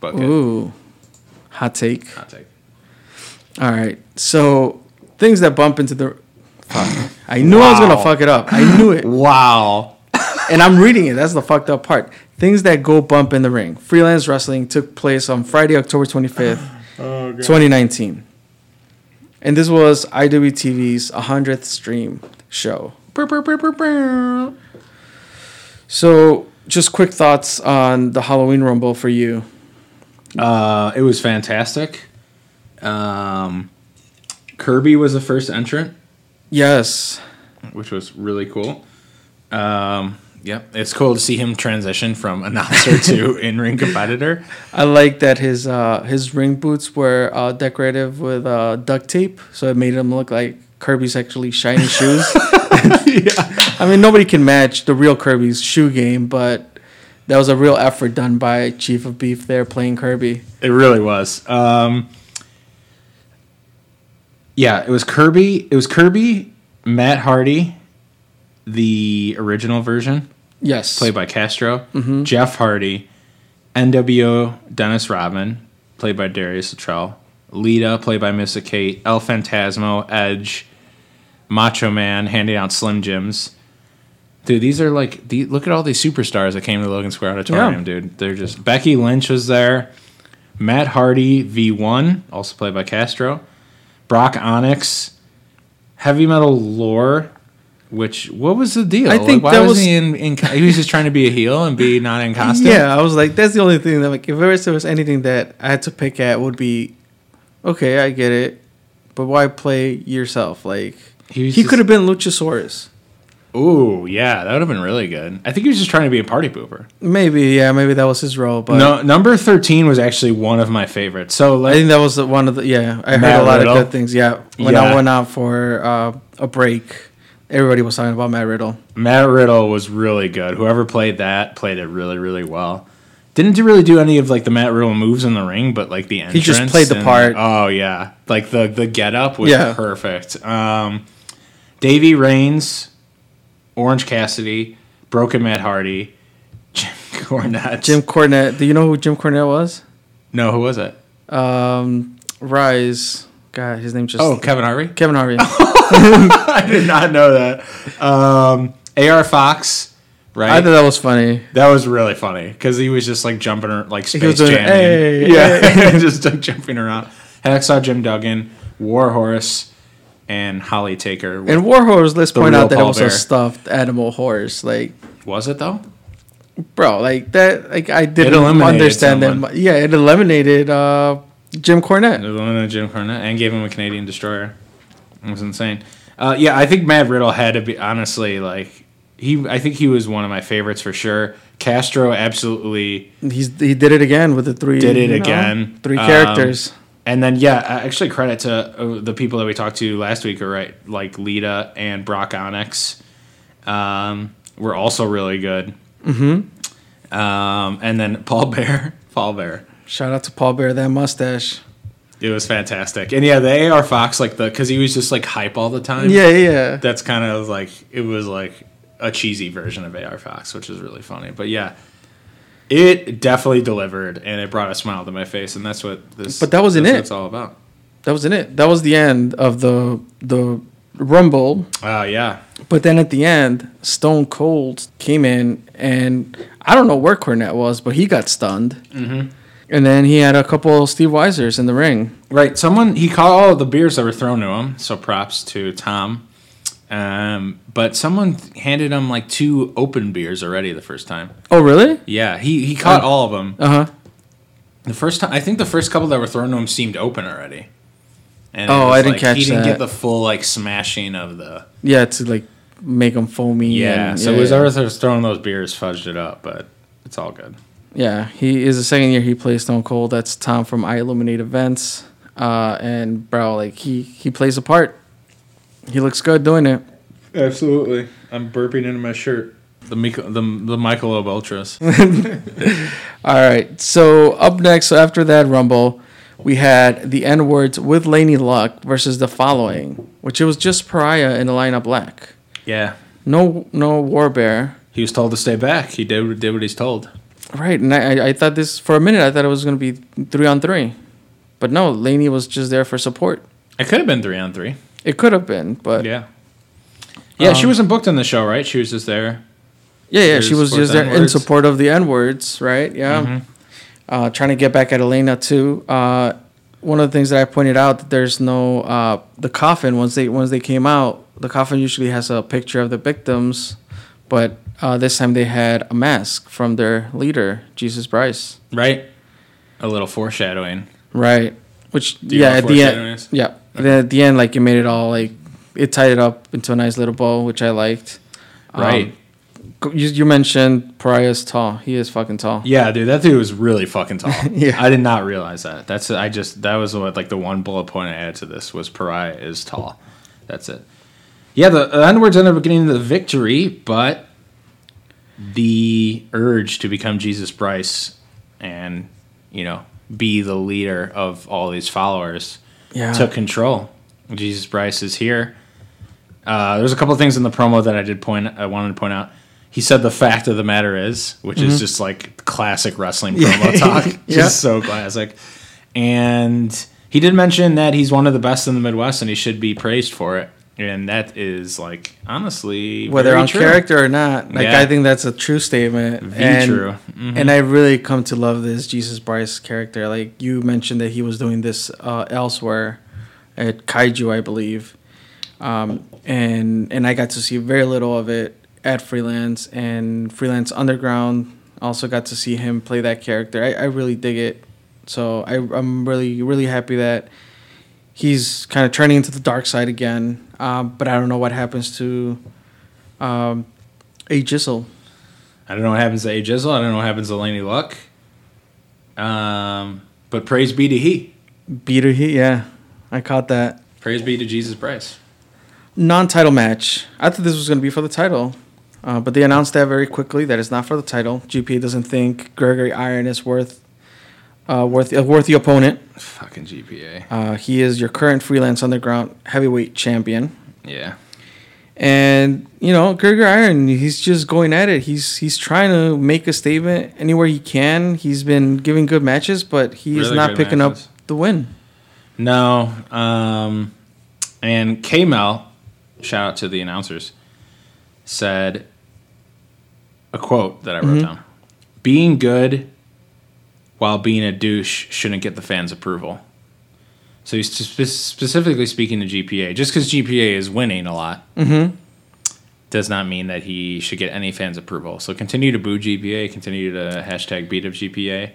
But
by ooh, hot take.
I'll take.
All right, so things that bump into the. Fuck. I knew I was gonna
Wow.
fuck it up. I knew it,
Wow.
and I'm reading it. That's the fucked up part. Things that go bump in the ring. Freelance wrestling took place on Friday, October 25th,
Oh,
2019, and this was IWTV's 100th stream show. So, just quick thoughts on the Halloween Rumble for you.
Uh, it was fantastic. Um, Kirby was the first entrant,
Yes.
which was really cool. Um, yep, it's cool to see him transition from announcer to in-ring competitor.
I like that his uh, his ring boots were uh, decorative with uh, duct tape, so it made him look like Kirby's actually shiny shoes. I mean, nobody can match the real Kirby's shoe game, but that was a real effort done by Chief of Beef there playing Kirby.
It really was. Um, yeah, it was Kirby. It was Kirby, Matt Hardy, the original version,
Yes. Mm-hmm.
played by Castro, Jeff Hardy, NWO Dennis Rodman, played by Darius Luttrell, Lita, played by Missa Kate, El Fantasmo, Edge, Macho Man, handing out Slim Jims. Dude, these are like the, look at all these superstars that came to Logan Square Auditorium,
Yeah.
dude. They're just Becky Lynch was there, Matt Hardy V1, also played by Castro, Brock Onyx, Heavy Metal Lore, which what was the deal?
I
Like,
think
why
that
was,
was-
he in, in? He was just trying to be a heel and be not in costume.
Yeah, I was like, that's the only thing that like if there was anything that I had to pick at would be, okay, I get it, but why play yourself? Like
He
he,
was just-
could have been Luchasaurus.
Ooh, yeah, that would have been really good. I think he was just trying to be a party pooper.
Maybe yeah, maybe that was his role, but
No, number thirteen was actually one of my favorites. So
I
like,
think that was the, one of the yeah. I heard
Matt
a lot
Riddle?
of good things. Yeah, when
Yeah.
I went out for uh, a break, everybody was talking about Matt Riddle.
Matt Riddle was really good. Whoever played that played it really, really well. Didn't do- really do any of like the Matt Riddle moves in the ring, but like the entrance.
just played the
and-
part.
Oh yeah, like the the get up was
Yeah.
perfect. Um, Davey Reigns, Orange Cassidy, Broken Matt Hardy, Jim Cornette.
Jim Cornette. Do you know who Jim Cornette was?
no, who was it?
Um, Rise. God, his name just.
Oh, Kevin Harvey.
Kevin Harvey.
I did not know that. Um, Ar Fox, right?
I thought that was funny.
That was really funny because he was just like jumping, ar- like space
was doing,
jamming.
"Hey,
yeah, just like, jumping around. Hacksaw Jim Duggan, Warhorse, and Holly Taker.
And Warhorse, let's point
real
out that
Paul
it was
Bear.
a stuffed animal horse. Like,
was it though?
bro, like that. Like I didn't
eliminated
understand that.
someone.
mu- Yeah, it eliminated uh, Jim
It
Cornette.
was one of Jim Cornette and gave him a Canadian Destroyer. It was insane. Uh, yeah, I think Matt Riddle had to be honestly like he. I think he was one of my favorites for sure. Castro absolutely
He's he did it again with the three.
did it
you know,
again.
Three
Um,
characters.
and then yeah, uh, actually credit to uh, the people that we talked to last week are right, like Lita and Brock Onyx, um, were also really good. Mm-hmm. Um, and then Paul Bear, Paul Bear,
Shout out to Paul Bear that mustache.
it was fantastic. And yeah, the AR Fox like the because he was just like hype all the time.
Yeah, yeah.
that's kind of like it was like a cheesy version of AR Fox, which is really funny. But yeah. It definitely delivered, and it brought a smile to my face, and that's what this.
But that wasn't
that's what
it.
It's all about.
That was in it. That was the end of the the rumble.
Oh yeah,
But then at the end, Stone Cold came in, and I don't know where Cornette was, but he got stunned. Mm-hmm. And then he had a couple Steve Weisers in the ring.
right. Someone he caught all the beers that were thrown to him, so props to Tom. Um, but someone handed him like two open beers already the first time.
Oh, really?
Yeah, he he caught all of them
Uh huh.
the first time. I think the first couple that were thrown to him seemed open already. And it
Oh,
was,
I didn't
like,
catch
He didn't
that.
get the full like smashing of the
Yeah, to like make them foamy.
yeah.
and-
so
yeah,
whoever's
yeah.
throwing those beers fudged it up, but it's all good.
Yeah, he is the second year he plays Stone Cold. That's Tom from I Illuminate Events. Uh, and bro, like he he plays a part. He looks good doing it.
Absolutely, I'm burping into my shirt. the Miko, the the Michelob Ultras.
All right. So up next, so after that Rumble, we had the N words with Laney Luck versus the following, which it was just Pariah in the lineup black.
yeah,
No, no Warbear.
he was told to stay back. He did did what he's told.
Right, and I, I- I thought this for a minute. I thought it was gonna be three on three, but no, Laney was just there for support.
It could have been three on three.
It could have been, but yeah,
Yeah. Yeah, she
Um,
wasn't booked on the show, right? She was just there.
yeah,
There's
she was
support
just
the
there in
N-words. Mm-hmm.
support of the N words, right? Yeah, uh, trying to get back at Elena too. Uh, one of the things that I pointed out that there's no uh, the coffin once they once they came out. The coffin usually has a picture of the victims, but uh, this time they had a mask from their leader, Jesus Bryce.
Right. A little foreshadowing.
Right. Which
Do you
yeah,
know
at
what
the
foreshadowing
end,
is?
yeah. And then at the end, like it made it all like it tied it up into a nice little bow, which I liked. Um,
Right.
go- you, you mentioned Pariah's tall. He is fucking tall.
Yeah, dude, that dude was really fucking tall.
Yeah.
I did not realize that. That's I just that was what like the one bullet point I added to this was Pariah is tall. That's it. Yeah, the the N-words ended up getting the victory, but the urge to become Jesus Bryce and you know be the leader of all these followers
Yeah.
took control. Jesus Bryce is here. Uh, there's a couple of things in the promo that I did point. I wanted to point out. He said the fact of the matter is, which is just like classic wrestling promo talk, just
Mm-hmm. Yeah.
so classic. And he did mention that he's one of the best in the Midwest, and he should be praised for it. And that is like honestly
Whether
very
on
true.
character or not, like
Yeah.
I think that's a true statement.
Very
and,
true.
And I really come to love this Jesus Bryce character. Like you mentioned that he was doing this uh, elsewhere at Kaiju, I believe. um, and and I got to see very little of it at Freelance and Freelance Underground. Also got to see him play that character. I, I really dig it. So I, I'm really really happy that he's kind of turning into the dark side again. Um, but I don't know what happens to um, a Jizzle.
I don't know what happens to A Jizzle. I don't know what happens to Laney Luck. Um, but praise be to he.
Beater he yeah, I caught that
Praise be to Jesus Bryce.
non-title match. I thought this was gonna be for the title. Uh, but they announced that very quickly that it's not for the title. GPA doesn't think Gregory Iron is worth uh, worth a worthy opponent.
Fucking GPA.
Uh, he is your current freelance underground heavyweight champion,
Yeah.
and you know Gregory Iron. He's just going at it. He's he's trying to make a statement anywhere he can. He's been giving good matches, but he is
Really
not
good
picking
matches.
up the win.
No. Um, and Kmel, shout out to the announcers, said a quote that I wrote down Being good while being a douche shouldn't get the fans' approval. So he's spe- specifically speaking to GPA. Just because GPA is winning a lot does not mean that he should get any fans' approval. So continue to boo GPA, continue to hashtag beat up GPA.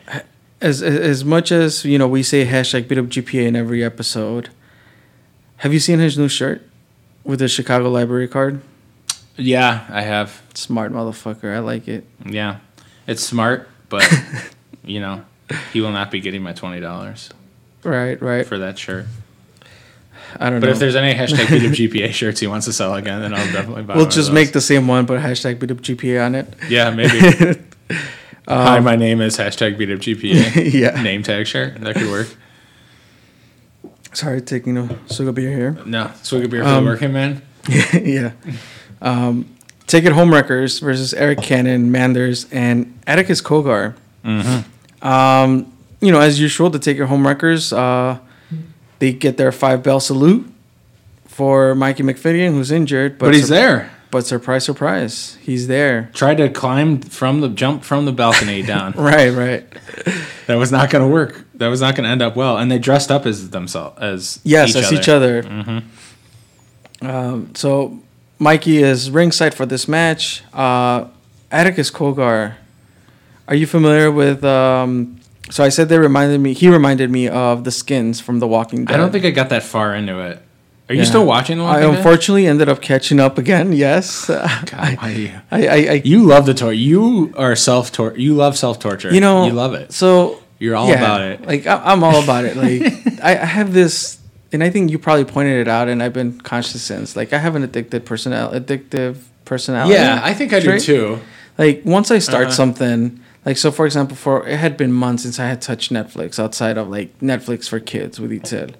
as as- as much as you know we say hashtag beat up GPA in every episode. Have you seen his new shirt with the Chicago library card?
Yeah, I have.
Smart motherfucker, I like it.
Yeah, it's smart, but you know, he will not be getting my twenty dollars
Right, right.
for that shirt.
I don't
But
know.
if there's any hashtag beat up GPA shirts he wants to sell again, then I'll definitely buy.
we'll
one of
just
those.
make the same one, but hashtag beat up GPA on it.
yeah maybe. Hi, my name is hashtag beat up GPA.
Um, Yeah.
name tag shirt that could work.
Sorry, taking a swig of beer here.
No, swig a beer
Um,
for the working man.
yeah. Um, Take it home wreckers versus Eric Cannon, Manders, and Atticus Kogar.
Mm-hmm.
Um, you know, as usual, the Take It Home Wreckers, uh, they get their five bell salute for Mikey McFadden, who's injured,
But he's
sur-
there.
But surprise, surprise, he's there.
Tried to climb from the jump from the balcony down.
Right, right.
that was not going to work. That was not going to end up well. And they dressed up as themselves as
Yes, as each other.
Mm-hmm.
Um, so Mikey is ringside for this match. Uh, Atticus Kogar, are you familiar with? Um, so I said they reminded me. He reminded me of the skins from The Walking Dead.
I don't think I got that far into it. Are you
Yeah.
still watching? The
I
Walking Dead?
unfortunately ended up catching up again. Yes,
God, why do you?
I, I, I,
You love the torture. You are self torture. You love self torture.
you know,
you love it.
So
You're all about it.
Like I, I'm all about it. Like I, I have this, and I think you probably pointed it out, and I've been conscious since. Like I have an addicted personal, addictive personality.
Yeah, I think I do
trait.
too.
Like once I start
Uh-huh.
something, like so for example, for it had been months since I had touched Netflix outside of like Netflix for kids with Etel.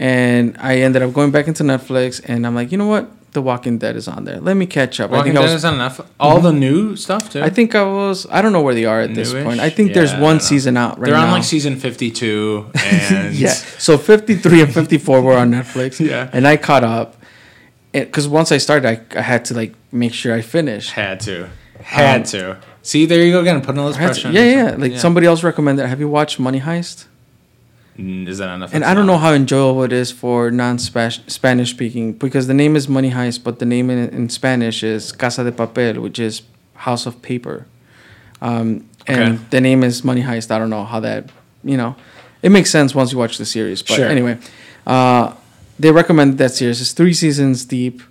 And I ended up going back into Netflix and I'm like, you know what? The Walking Dead is on there. Let me catch up. I
Walking
think I
Dead
was
is on Netflix. All the new stuff too.
I think I was I don't know where they are at this
Newish?
point. I think there's
Yeah, I
one
don't know.
season out right
they're
now.
on like season fifty-two, and
yeah. So 53 and 54 were on Netflix.
Yeah.
And I caught up. Because once I started, I, I had to like make sure I finished.
had to, had to. See, there you go again, putting all this
I had to-
pressure. on
yeah, yeah.
yourself.
Like somebody else recommended. Have you watched Money Heist?
Mm, Is that on Netflix?
and I don't know how enjoyable it is for non-Spanish speaking because the name is Money Heist, but the name in, in Spanish is Casa de Papel, which is House of Paper. Um, and
Okay.
the name is Money Heist. I don't know how that, you know, it makes sense once you watch the series. But
Sure.
anyway, uh, they recommend that series. It's three seasons deep.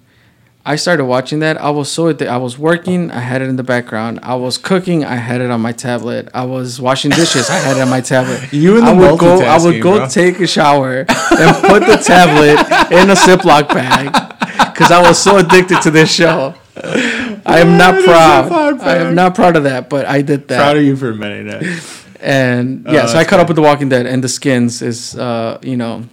I started watching that. I was so addi- I was working. I had it in the background. I was cooking. I had it on my tablet. I was washing dishes. I had it on my tablet.
You and the
I would go. I
multitasking,
would go
bro.
take a shower and put the tablet in a Ziploc bag because I was so addicted to this show. I am
Why
not
did
proud.
Ziploc
I am
bag?
not proud of that, but I did that.
Proud of you for admitting that.
and yeah, so I
that's
caught up with The Walking Dead and The Skins is, uh, you know,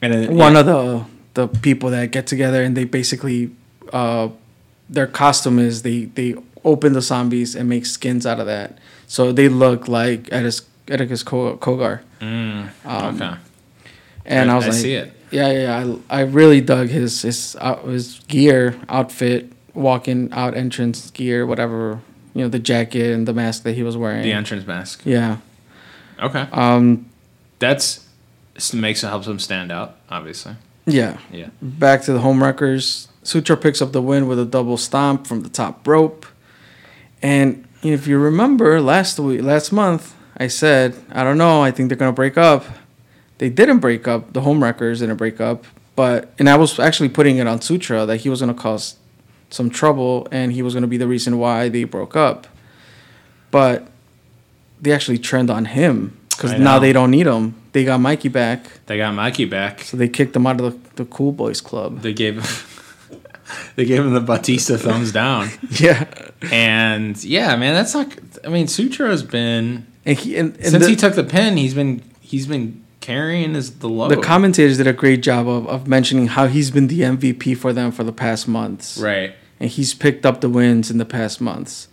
And then,
one of the the people that get together and they basically uh, their costume is they they open the zombies and make skins out of that, so they look like Edis, Edicus Ko- Kogar.
okay.
And
I-
I, was
I
like,
see it.
yeah, yeah, yeah, I, I really dug his his out his gear, outfit, walking out entrance gear, whatever you know, the jacket and the mask that he was wearing.
The entrance mask.
yeah,
Okay.
um,
That's s- makes it helps them stand out. Obviously.
yeah.
Yeah.
Back to the homewreckers. Sutra picks up the win with a double stomp from the top rope. And if you remember last week, last month, I said, I don't know, I think they're gonna break up. They didn't break up. The homewreckers didn't break up. But and I was actually putting it on Sutra that he was gonna cause some trouble and he was gonna be the reason why they broke up. But they actually turned on him because
I
now
know.
they don't need him. They got Mikey back,
They got Mikey back.
so they kicked him out of the, the Cool Boys Club.
They gave. they gave him the Batista thumbs down.
Yeah.
And yeah, man, that's like I mean, Sutra's been
And he and, and
since
the,
he took the pin, he's been he's been carrying his the load.
the commentators did a great job of, of mentioning how he's been the MVP for them for the past months.
right.
And he's picked up the wins in the past months.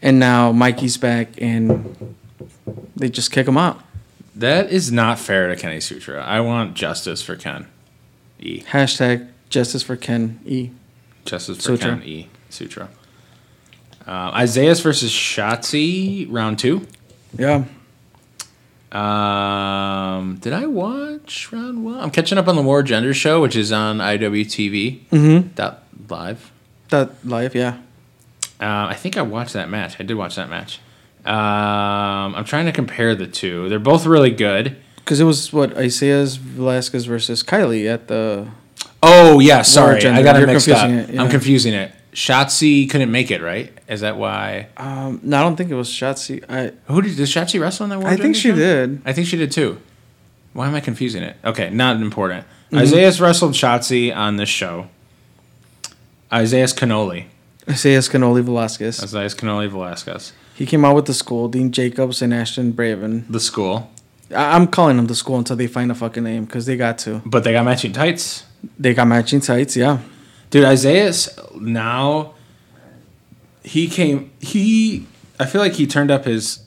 And now Mikey's back and they just kick him out.
That is not fair to Kenny Sutra. I want justice for Ken. E.
Hashtag justice for Ken E.
Justice for
Sutra.
Ken E. Sutra. Uh, Isaias versus Shotzi, round two.
Yeah.
Um, did I watch round one? I'm catching up on the War Gender Show, which is on IWTV
Mm-hmm.
dot live.
That life, yeah.
Uh, I think I watched that match. I did watch that match. Um, I'm trying to compare the two. They're both really good.
Because it was what Isaias Velasquez versus Kylie at the
Oh yeah, sorry,
Gender.
I got it
You're
mixed up.
confusing it, yeah.
I'm confusing it. Shotzi couldn't make it, right? Is that why?
um, no, I don't think it was Shotzi. I
Who did, did Shotzi wrestle in that? War
I think
Gender
she
show?
did.
I think she did too. Why am I confusing it? Okay, not important. Isaias wrestled Shotzi on this show. Isaias Canoli.
Isaias Canoli Velasquez.
Isaias Canoli Velasquez.
He came out with the school, Dean Jacobs and Ashton Braven.
The school.
I- I'm calling them the school until they find a fucking name because they got to.
But they got matching tights.
They got matching tights, yeah.
Dude, Isaias now he came he I feel like he turned up his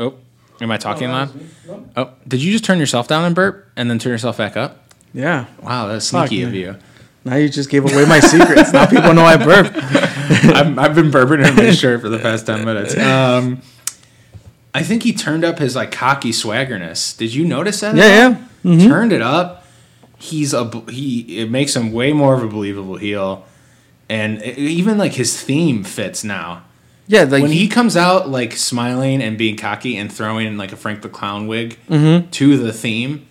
Oh, am I talking loud? Oh, did you just turn yourself down and burp and then turn yourself back up?
Yeah.
Wow, that's sneaky
Fuck,
of you.
Now you just gave away my secrets. Now people know I burp.
I've, I've been burping in my shirt for the past 10 minutes. Um, I think he turned up his like cocky swaggerness. Did you notice that? at
Yeah, Mm-hmm.
all? Turned it up. He's a b- he. It makes him way more of a believable heel, and e- even like his theme fits now.
Yeah, like
when
he,
he comes out like smiling and being cocky and throwing like a Frank the Clown wig to the theme,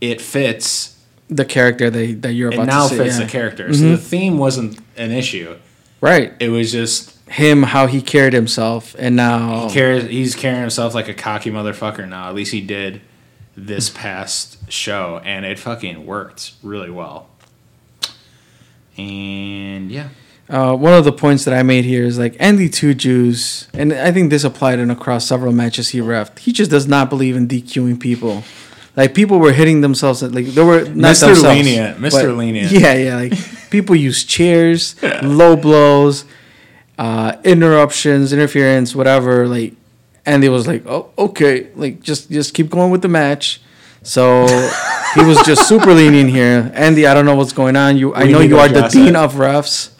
it fits
the character that, that you're about
and now
to see.
fits
yeah.
the character. So the theme wasn't an issue.
Right.
It was just
Him, how he carried himself, and now.
carries he's carrying himself like a cocky motherfucker now. At least he did this past show, and it fucking worked really well. And yeah,
uh, one of the points that I made here is like Andy Two Jews, and I think this applied and across several matches he refed. He just does not believe in DQing people. Like people were hitting themselves. Like there were not
Mr.
themselves,
Lenient, Mr.
but-
Lenient.
Yeah, yeah. Like people use chairs, low blows, uh, interruptions, interference, whatever. Like Andy was like, "Oh, okay. Like just just keep going with the match." So he was just super lenient here. Andy, I don't know what's going on. You, I
We
know
need
you
to
are the
address
dean
it.
of refs.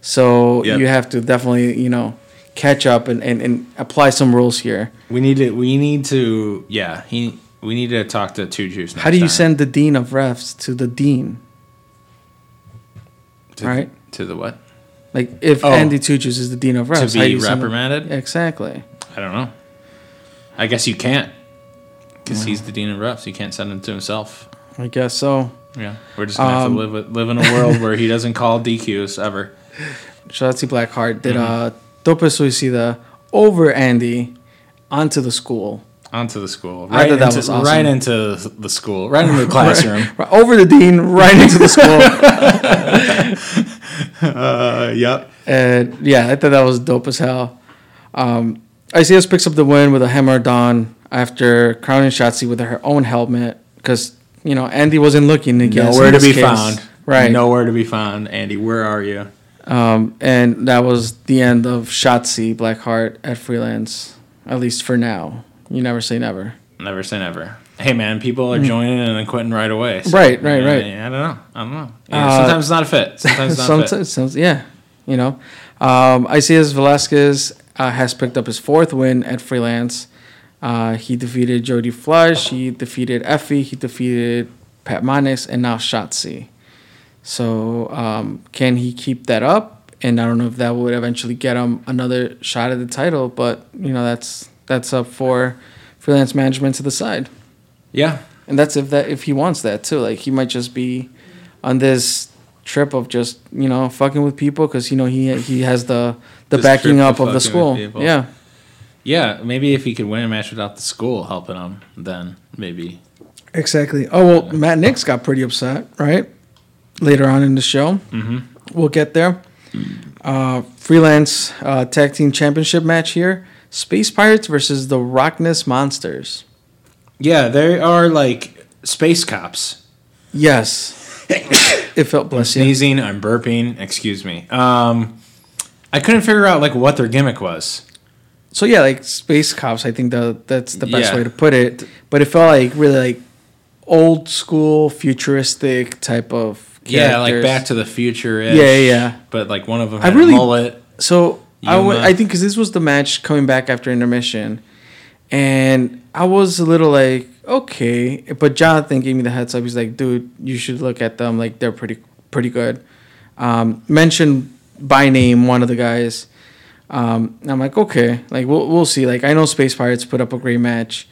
So
Yep.
you have to definitely, you know, catch up and, and, and apply some rules here.
We need to. We need to. Yeah, he. We need to talk to Two Juice. Next
How do you
time.
send the dean of refs to the dean?
to,
right?
to the what?
Like if
Oh.
Andy Tuchus is the dean of refs,
be
how do you send him-
reprimanded?
Exactly.
I don't know. I guess you can't, because he's the dean of refs. You can't send him to himself.
I guess so.
Yeah, we're just gonna have
Um,
to live with, live in a world where he doesn't call DQs ever.
Shotzi Blackheart did uh
Mm-hmm.
Tope Suicida over Andy onto the school.
Onto the school,
I
right
thought
into,
that was awesome.
right into the school, right into the classroom.
Right over the dean, right into the school.
uh, yep.
and yeah, I thought that was dope as hell. Um ICS picks up the win with a hammer don after crowning Shotzi with her own helmet because you know Andy wasn't looking. I guess, in
Nowhere to
this
be
case.
found.
Right.
Nowhere to be found. Andy, where are you?
Um, and that was the end of Shotzi Blackheart at freelance, at least for now. You never say never.
Never say never. Hey man, people are joining and then quitting Hmm. right away. so-
Right, right, right.
I, I don't know. I don't know. Yeah,
Uh,
sometimes it's not a fit. Sometimes it's not a fit.
Sometimes, sounds yeah, you know. Um, Isaias Velasquez uh, has picked up his fourth win at freelance. Uh, he defeated Jody Flush, he defeated Effie, he defeated Pat Manes, and now Shotzi. So um, can he keep that up? And I don't know if that would eventually get him another shot at the title, but you know that's that's up for freelance management to decide.
Yeah.
And that's if that if he wants that too. Like he might just be on this trip of just you know fucking with people because you know he he has the the
This trip
backing
to
up of
fucking
the
with
school.
people.
Yeah,
Yeah, maybe if he could win a match without the school helping him, then maybe.
exactly. Oh well, Matt Nix got pretty upset right later on in the show.
hmm
We'll get there. Uh, freelance uh, tag team championship match here: Space Pirates versus the Rockness Monsters.
Yeah, they are like space cops.
Yes, it felt
I'm
bless you.
sneezing, I'm burping, excuse me. Um I couldn't figure out like what their gimmick was.
so yeah, like space cops. I think the that's the best
Yeah.
way to put it. But it felt like really like old school, futuristic type of
Yeah, like
characters.
back to the future
yeah, yeah, yeah.
But like one of them
I
had
really-
a mullet.
So I would
Yuma.
I think because this was the match coming back after intermission, and I was a little like okay, but Jonathan gave me the heads up. He's like, dude, you should look at them. Like they're pretty pretty good. Um, mentioned by name one of the guys. Um, and I'm like, okay, like we'll we'll see. Like I know Space Pirates put up a great match,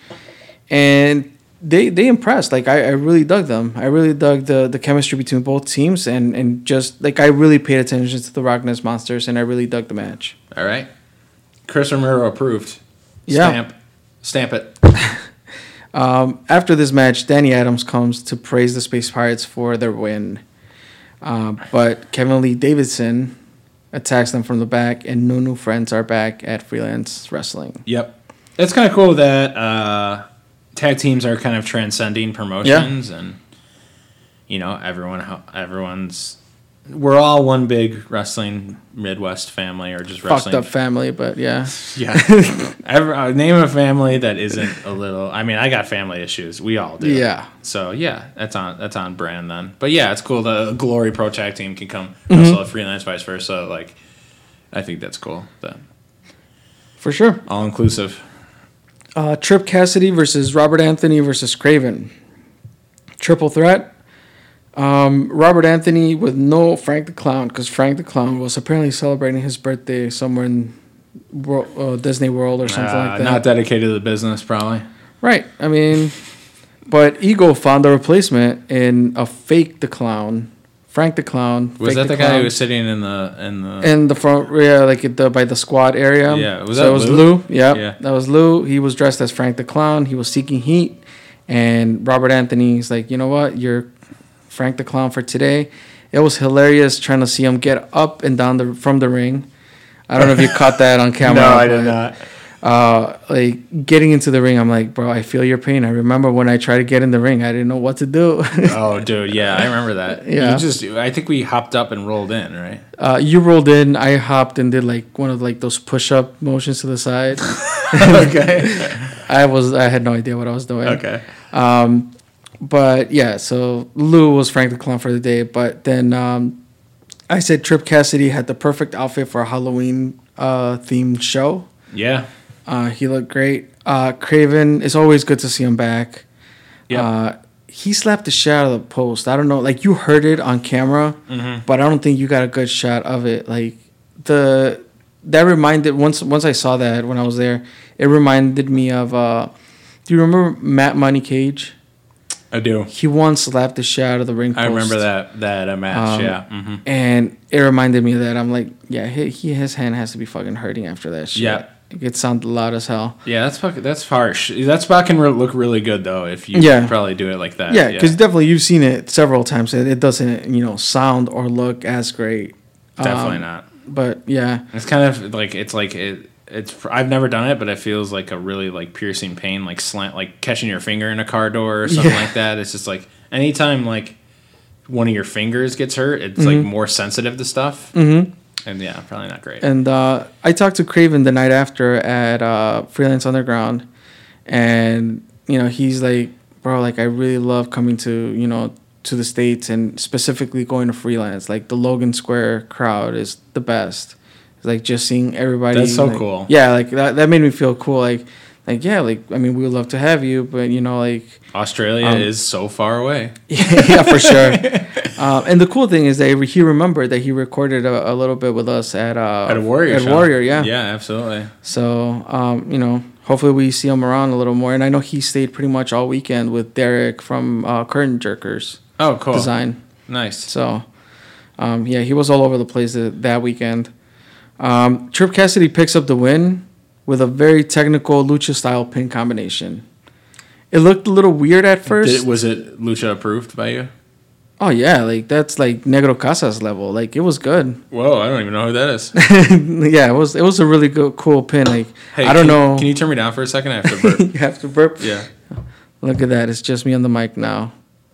and they they impressed. Like I, I really dug them. I really dug the the chemistry between both teams, and and just like I really paid attention to the Rockness Monsters, and I really dug the match.
All right. Chris Romero approved.
Yeah.
Stamp. Stamp it.
Um, after this match, Danny Adams comes to praise the Space Pirates for their win, uh, but Kevin Lee Davidson attacks them from the back, and no new friends are back at freelance wrestling.
Yep. It's kind of cool that uh, tag teams are kind of transcending promotions and you know, everyone ho- everyone's we're all one big wrestling Midwest family or just
Fucked
wrestling.
up family, but yeah.
Yeah. Every, uh, name a family that isn't a little I mean, I got family issues. We all do.
Yeah.
So yeah, that's on that's on brand then. But yeah, it's cool the Glory Pro Tag Team can come
Mm-hmm.
wrestle a freelance vice versa like I think that's cool. The
For sure.
all inclusive.
Uh, Trip Cassidy versus Robert Anthony versus Craven. Triple threat. Um, Robert Anthony with no Frank the Clown because Frank the Clown was apparently celebrating his birthday somewhere in Wor uh, Disney World or something
Uh,
like that.
Not dedicated to the business probably.
Right. I mean, but Ego found a replacement in a fake the Clown, Frank the Clown.
Was
Fake
that the, guy
Clown,
who was sitting in the in the?
in the front, yeah, like at the, by the squad area.
Yeah, was
so
that
it was
Lou?
Lou. Yep,
Yeah.
that was Lou. He was dressed as Frank the Clown. He was seeking heat, and Robert Anthony's like, you know what, you're Frank the Clown for today, It was hilarious trying to see him get up and down the from the ring. I don't know if you caught that on camera.
no, I
but-
did not.
uh, like getting into the ring, I'm like, bro, I feel your pain. I remember when I tried to get in the ring, I didn't know what to do.
Oh, dude, yeah, I remember that.
Yeah.
You just, I think we hopped up and rolled in, right?
uh, you rolled in, I hopped and did like one of like those push up motions to the side.
okay.
I was, I had no idea what I was doing.
Okay.
But yeah, so Lou was Frank the Clown for the day. But then um, I said Trip Cassidy had the perfect outfit for a Halloween uh, themed show.
Yeah.
Uh, he looked great. Uh, Craven, it's always good to see him back.
Yeah.
Uh, he slapped the shit out of the post. I don't know, like you heard it on camera,
Mm-hmm.
but I don't think you got a good shot of it. Like the that reminded once once I saw that when I was there, it reminded me of. Uh, do you remember Matt Money Cage?
I do.
He once slapped the shit out of the ring. Post,
I remember that that uh, match.
Um,
yeah. hmm
and it reminded me of that. I'm like, yeah, he, he his hand has to be fucking hurting after that shit.
Yeah.
Like, it sounded loud as hell.
Yeah, that's fuck- that's harsh. That's back and re- look really good though if you
Yeah.
probably do it like that.
yeah because definitely you've seen it several times and it doesn't you know sound or look as great Um,
definitely not.
but yeah
It's kind of like it's like it. It's I've never done it, but it feels like a really like piercing pain, like slant, like catching your finger in a car door or something
Yeah.
like that. It's just like anytime like one of your fingers gets hurt, it's
Mm-hmm.
like more sensitive to stuff. Mm-hmm. And yeah, probably not great.
and uh, i talked to craven the night after at uh, freelance underground and you know he's like bro like i really love coming to you know to the states and specifically going to freelance like the logan square crowd is the best like just seeing everybody
That's so
like-
cool.
yeah like that, that made me feel cool like like yeah like i mean we would love to have you but you know like
Australia
um,
is so far away.
yeah, for sure. Um, and the cool thing is that he remembered that he recorded a, a little bit with us at uh,
At a warrior.
at
show.
Warrior, yeah.
Yeah, absolutely.
So um, you know, hopefully we see him around a little more. And I know he stayed pretty much all weekend with Derek from uh, Curtain Jerkers
Oh, cool.
Design.
Nice.
So um, yeah, he was all over the place th- that weekend. Um, Trip Cassidy picks up the win with a very technical lucha style pin combination. It looked a little weird at first.
Did, was it Lucha approved by you?
Oh yeah, like that's like Negro Casas level. Like it was good.
Whoa, I don't even know who that is.
yeah, it was it was a really good cool pin. Like
Hey,
I don't
can-
know.
Can you turn me down for a second? I have to burp.
you have to burp.
yeah.
Look at that. It's just me on the mic now.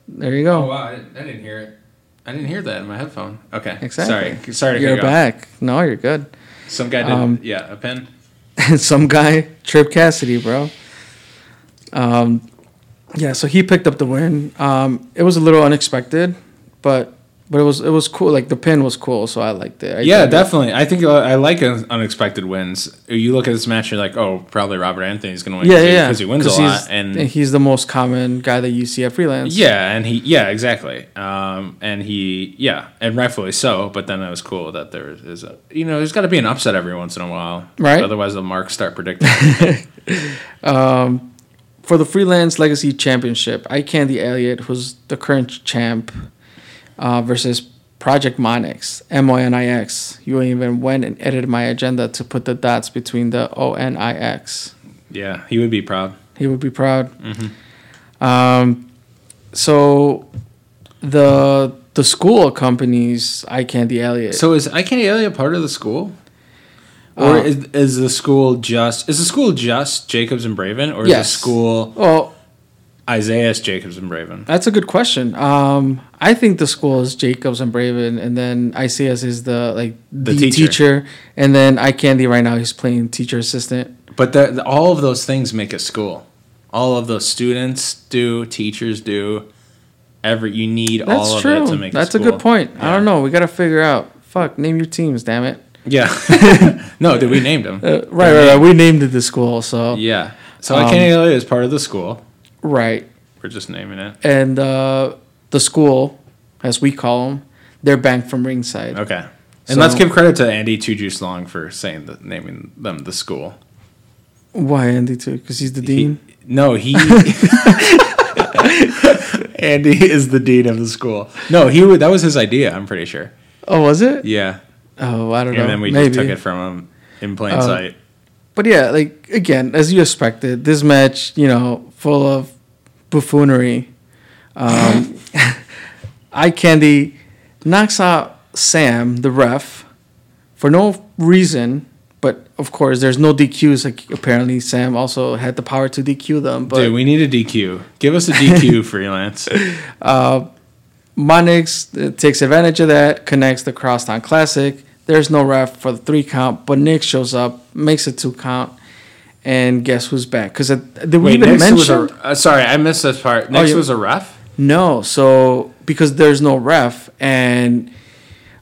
There you go.
Oh, wow, I didn't, I didn't hear it. I didn't hear that in my headphone. Okay. Sorry.
Exactly.
Sorry to
You're
cut you off.
back. No, you're good.
Some guy did.
Um,
yeah, a pen.
Some guy, Trip Cassidy, bro. Um, yeah. So he picked up the win. Um, it was a little unexpected, but but it was it was cool. Like the pin was cool, so I liked it. I
Yeah,
dug it.
definitely. I think uh, I like un- unexpected wins. You look at this match, you're like, oh, probably Robert Anthony's going to win.
Yeah,
he-
yeah, yeah.
he wins a
'Cause
lot.
he's-
And
he's the most common guy that you see at freelance.
yeah, and he yeah exactly. Um, and he yeah, and rightfully so. But then it was cool that there is a you know there's got to be an upset every once in a while,
Right.
Otherwise the marks start predicting.
for the Freelance Legacy Championship, I Candy Elliott, who's the current champ, uh, versus Project Monix, M O N I X. You even went and edited my agenda to put the dots between the O N I X.
yeah, he would be proud.
He would be proud.
Mm-hmm.
Um, so the the school accompanies I Candy Elliott.
So is Icon Elliott part of the school? Or
Uh,
is, is the school just is the school just Jacobs and Braven or
Yes.
is the school
well,
Isaiah's Jacobs and Braven?
That's a good question. Um, I think the school is Jacobs and Braven, and then ICS is the like the,
The
teacher.
teacher.
and then I Candy right now he's playing teacher assistant.
But the, the- all of those things make a school. All of those students do, teachers do. Every you need
That's
all of
true.
it to make.
That's a
a, school.
good point. I
Yeah.
don't know. We gotta figure out. Fuck, name your teams, damn it.
Yeah. no, dude, we named them.
Uh, right, right, right. We named it the school, so
Yeah. So
Um,
Icon Elliott is part of the school.
right.
We're just naming it.
And uh, the school, as we call them, they're banked from ringside.
Okay. And
So-
let's give credit to Andy Two Juice Long for saying the, naming them the school.
Why Andy too? Because he's the dean.
He- no, he. Andy is the dean of the school. No, he wa- that was his idea. I'm pretty sure.
oh, was it?
Yeah,
Oh, I don't know.
and then we
Maybe. Uh,
just took it from him in plain sight.
But yeah, like again, as you expected, this match, you know, full of buffoonery. Um, eye candy knocks out Sam, the ref, for no reason. But of course, there's no DQs. Like apparently, Sam also had the power to DQ them. But
Dude, we need a DQ. Give us a DQ, freelance.
Monix uh, takes advantage of that, connects the Crosstown Classic. There's no ref for the three count, but Nick shows up, makes a two count, and guess who's back? Because did we
Wait,
even
Nix
mention?
was a. Uh, sorry, I missed this part. Nix
yeah.
was a ref.
No, so because there's no ref and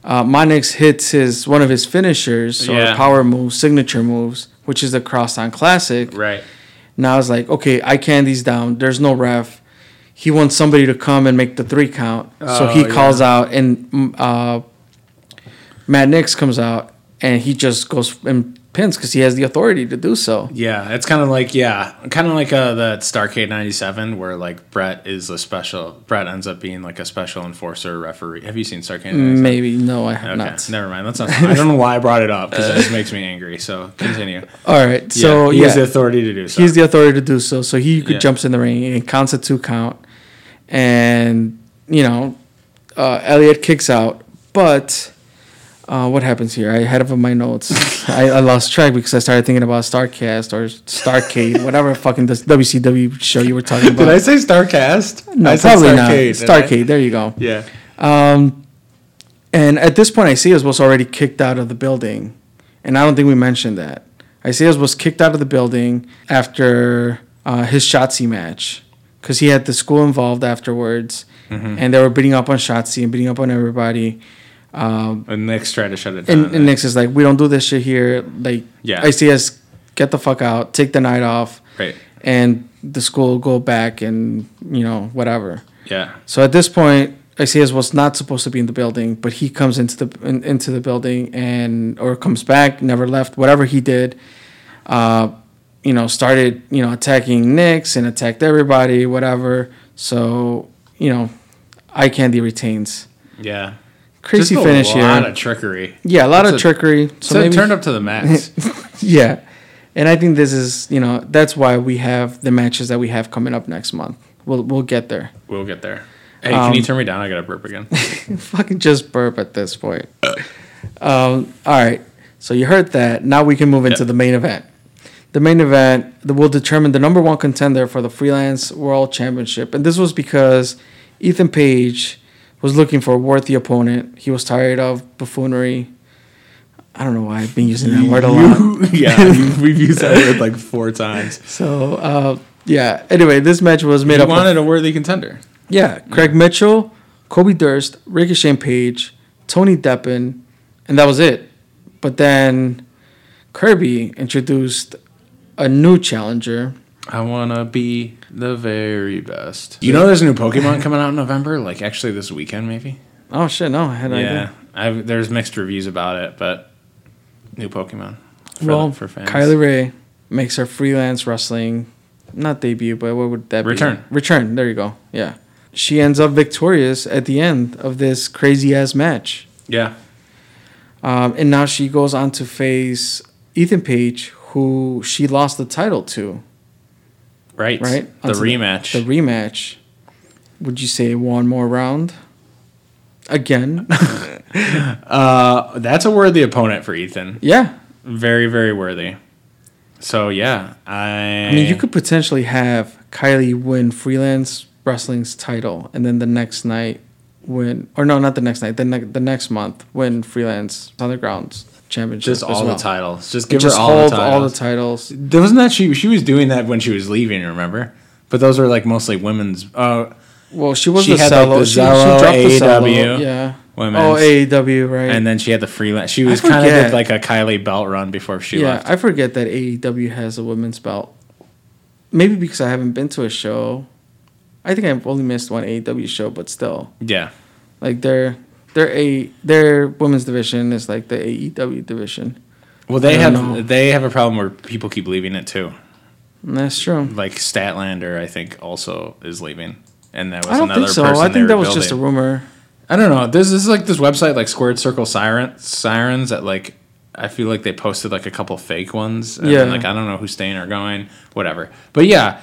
uh, Monix hits his one of his finishers or
Yeah.
power moves, signature moves, which is the crosstown classic.
Right.
Now it's like, okay, I candy's down. There's no ref. He wants somebody to come and make the three count, so
Oh,
he
yeah.
calls out and mm, uh, Matt Nix comes out and he just goes and pins because he has the authority to do so.
Yeah, it's kind of like yeah, kind of like uh, that Starcade '97 where like Brett is a special. Brett ends up being like a special enforcer referee. Have you seen Starcade? 97?
Maybe no, I have
Okay,
not.
never mind. That's not. I don't know why I brought it up because it just makes me angry. So continue.
All right, so
he
yeah,
has the authority to do so.
he's the authority to do so. So he
Yeah.
jumps in the ring and counts a two count, and you know, uh, Elliot kicks out. But uh, what happens here? I had up on my notes. I, I lost track because I started thinking about Starcast or Starcade, whatever fucking this WCW show you were talking about.
Did I say Starcast?
no,
I said
probably
Starcade,
not.
didn't I?
Starcade. There you go.
Yeah.
And at this point, Isaias was already kicked out of the building. And I don't think we mentioned that. Isaias was kicked out of the building after uh, his Shotzi match because he had the school involved afterwards. And they were beating up on Shotzi and beating up on everybody.
And Nick's tried to shut it down.
And, and Nick's is like, we don't do this shit here. Like,
Uh, Yeah.
Isaias, get the fuck out, take the night off.
Right.
And the school go back and, you know, whatever.
yeah.
So at this point, Isaias was not supposed to be in the building, but he comes into the in, into the building and or comes back, never left. Whatever he did, uh, you know, started you know attacking Knicks and attacked everybody, whatever. So you know, eye candy retains.
Yeah.
Crazy
Just
finish
a lot
here.
of trickery.
yeah, a lot of
It's a-
trickery. So
So it
maybe,
turned up to the max.
yeah, and I think this is you know that's why we have the matches that we have coming up next month. We'll we'll get there.
we'll get there. Hey, can you turn me down? I got to burp again.
fucking just burp at this point. Um, all right. So you heard that. Now we can move into
Yeah.
the main event. The main event that will determine the number one contender for the freelance world championship. And this was because Ethan Page was looking for a worthy opponent. He was tired of buffoonery. I don't know why I've been using that word a lot.
yeah, you- we've used that word like four times.
So uh, yeah. Anyway, this match was made
He
up. of-
wanted a worthy contender.
Yeah, Craig Mitchell, Kobe Durst, Ricochet Page, Tony Deppen, and that was it. But then Kirby introduced a new challenger.
I want to be the very best. You know, there's a new Pokemon coming out in November. Like actually, this weekend maybe.
Oh shit, no, I had an
Yeah,
idea.
I've, there's mixed reviews about it, but new Pokemon. For,
Well,
for fans.
Kylie Ray makes her freelance wrestling, not debut, but what would that be?
Return.
Return. There you go. Yeah. She ends up victorious at the end of this crazy ass match.
yeah,
Um, and now she goes on to face Ethan Page, who she lost the title to.
right,
right?
The
Onto
rematch.
The, rematch. Would you say one more round? Again?
uh, that's a worthy opponent for Ethan.
yeah.
Very, very worthy. So yeah, I.
I mean, you could potentially have Kylie win freelance wrestling's title, and then the next night win, or no, not the next night, the ne- the next month win freelance underground's championship.
just
as
all
well.
the titles. Just give
Just
her all
hold
the
all the
titles.
titles.
There wasn't that she she was doing that when she was leaving. Remember, but those were like mostly women's. Uh,
Well, she was
She
the
had, like,
solo.
the
she, she
Zello,
dropped the solo.
AEW,
Yeah.
women's.
Oh, AEW, right?
and then she had the freelance. She was kind of did
forget.
like a Kylie belt run before she
yeah,
left.
I forget that AEW has a women's belt. Maybe because I haven't been to a show. I think I've only missed one AEW show, but still,
yeah,
like their their a their women's division is like the AEW division.
well they
I
have
don't know.
they have a problem where people keep leaving it too.
And that's true.
Like Statlander, I think also is leaving, and that was
I don't
another
think so.
person.
I
they
think that
were
was just a
building.
rumor.
I don't know. This, this is like this website like Squared Circle Siren, Sirens that like I feel like they posted like a couple fake ones. And
Yeah.
Like I don't know who's staying or going, whatever. But yeah,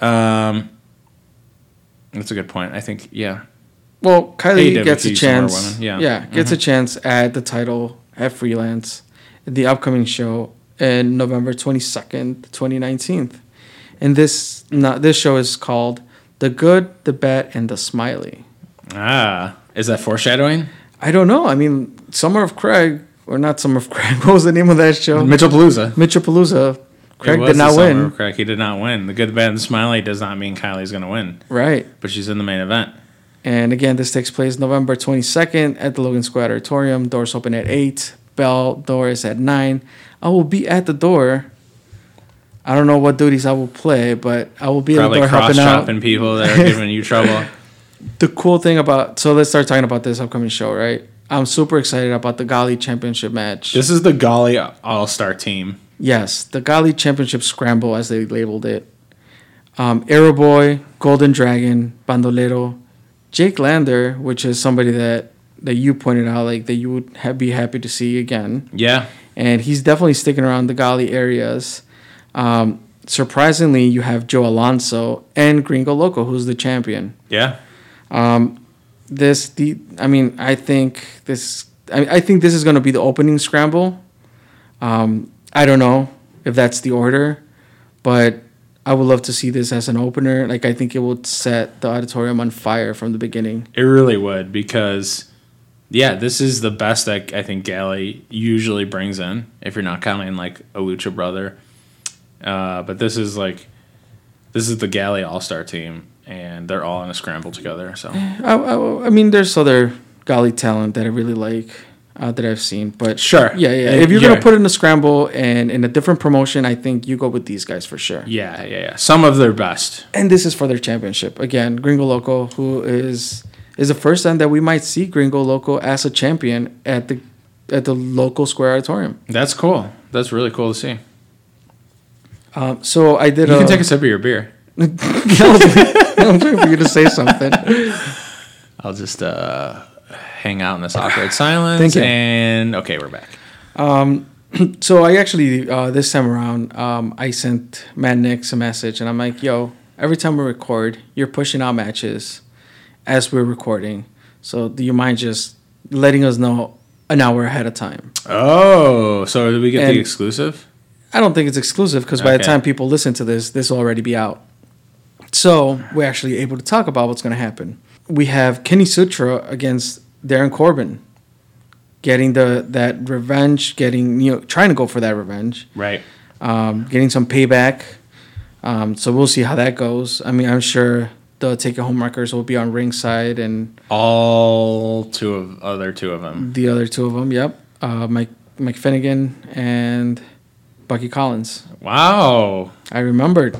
um, that's a good point. I think yeah,
Well, Kylie
AEW
gets a
sees more
chance.
women, yeah. Mm-hmm.
gets a chance at the title at Freelance, the upcoming show in November twenty second, twenty nineteenth, and this not this show is called "The Good, the Bad, and the Smiley."
Ah, is that foreshadowing?
I don't know. I mean, Summer of Craig or not Summer of Craig? What was the name of that show?
Mitchell Palooza.
Mitchellpalooza. Craig
It
did
was the
not
summer
win.
of Craig, he did not win. The good, the bad, and the smiley does not mean Kylie's going to win,
Right.
but she's in the main event.
And again, this takes place November 22nd at the Logan Square Auditorium. Doors open at 8. Bell door is at 9. I will be at the door. I don't know what duties I will play, but I will be
Probably
at the door
cross
helping out.
chopping people that are giving you trouble.
The cool thing about so let's start talking about this upcoming show, right? I'm super excited about the Gali Championship match.
This is the Golly All Star team.
yes, the Gali Championship Scramble, as they labeled it. Um, Arrow Boy, Golden Dragon, Bandolero, Jake Lander, which is somebody that that you pointed out, like that you would ha- be happy to see again,
Yeah,
and he's definitely sticking around the Gali areas. Um, surprisingly, you have Joe Alonso and Gringo Loco, who's the champion.
yeah.
This, the, I mean, I think this, I, I think this is going to be the opening scramble. Um, I don't know if that's the order, but I would love to see this as an opener. Like, I think it would set the auditorium on fire from the beginning.
It really would because, yeah, this is the best that I think Galley usually brings in. If you're not counting like a Lucha brother, uh, but this is like, this is the Galley All Star team, and they're all in a scramble together. So
I, I, I mean, there's other golly talent that I really like uh, that I've seen, but
Sure.
yeah, yeah.
Uh,
If you're
yeah.
gonna put in a scramble and in a different promotion, I think you go with these guys for sure.
yeah, yeah, yeah. Some of their best.
And this is for their championship again. Gringo Loco, who is is the first time that we might see Gringo Loco as a champion at the at the local square auditorium.
That's cool. That's really cool to see.
Um, so I did.
You
a,
can take a sip of your beer.
I was waiting- I was waiting for you to say something.
I'll just uh, hang out in this awkward silence.
Thank you.
And okay, we're back.
So I actually uh, this time around, um, I sent Matt Nix a message, and I'm like, "Yo, every time we record, you're pushing out matches as we're recording. So do you mind just letting us know an hour ahead of time?"
Oh, so did we get
And-
the exclusive?
I don't think it's exclusive because by the
Okay.
time people listen to this, this will already be out. So we're actually able to talk about what's going to happen. We have Kenny Sutra against Darren Corbin, getting the that revenge, getting you know trying to go for that revenge.
Right.
um, getting some payback. Um, so we'll see how that goes. I mean, I'm sure the take it home records will be on ringside and
All two of other two of them.
the other two of them. Yep, uh, Mike Mike Finnegan and Bucky Collins.
Wow.
I remembered.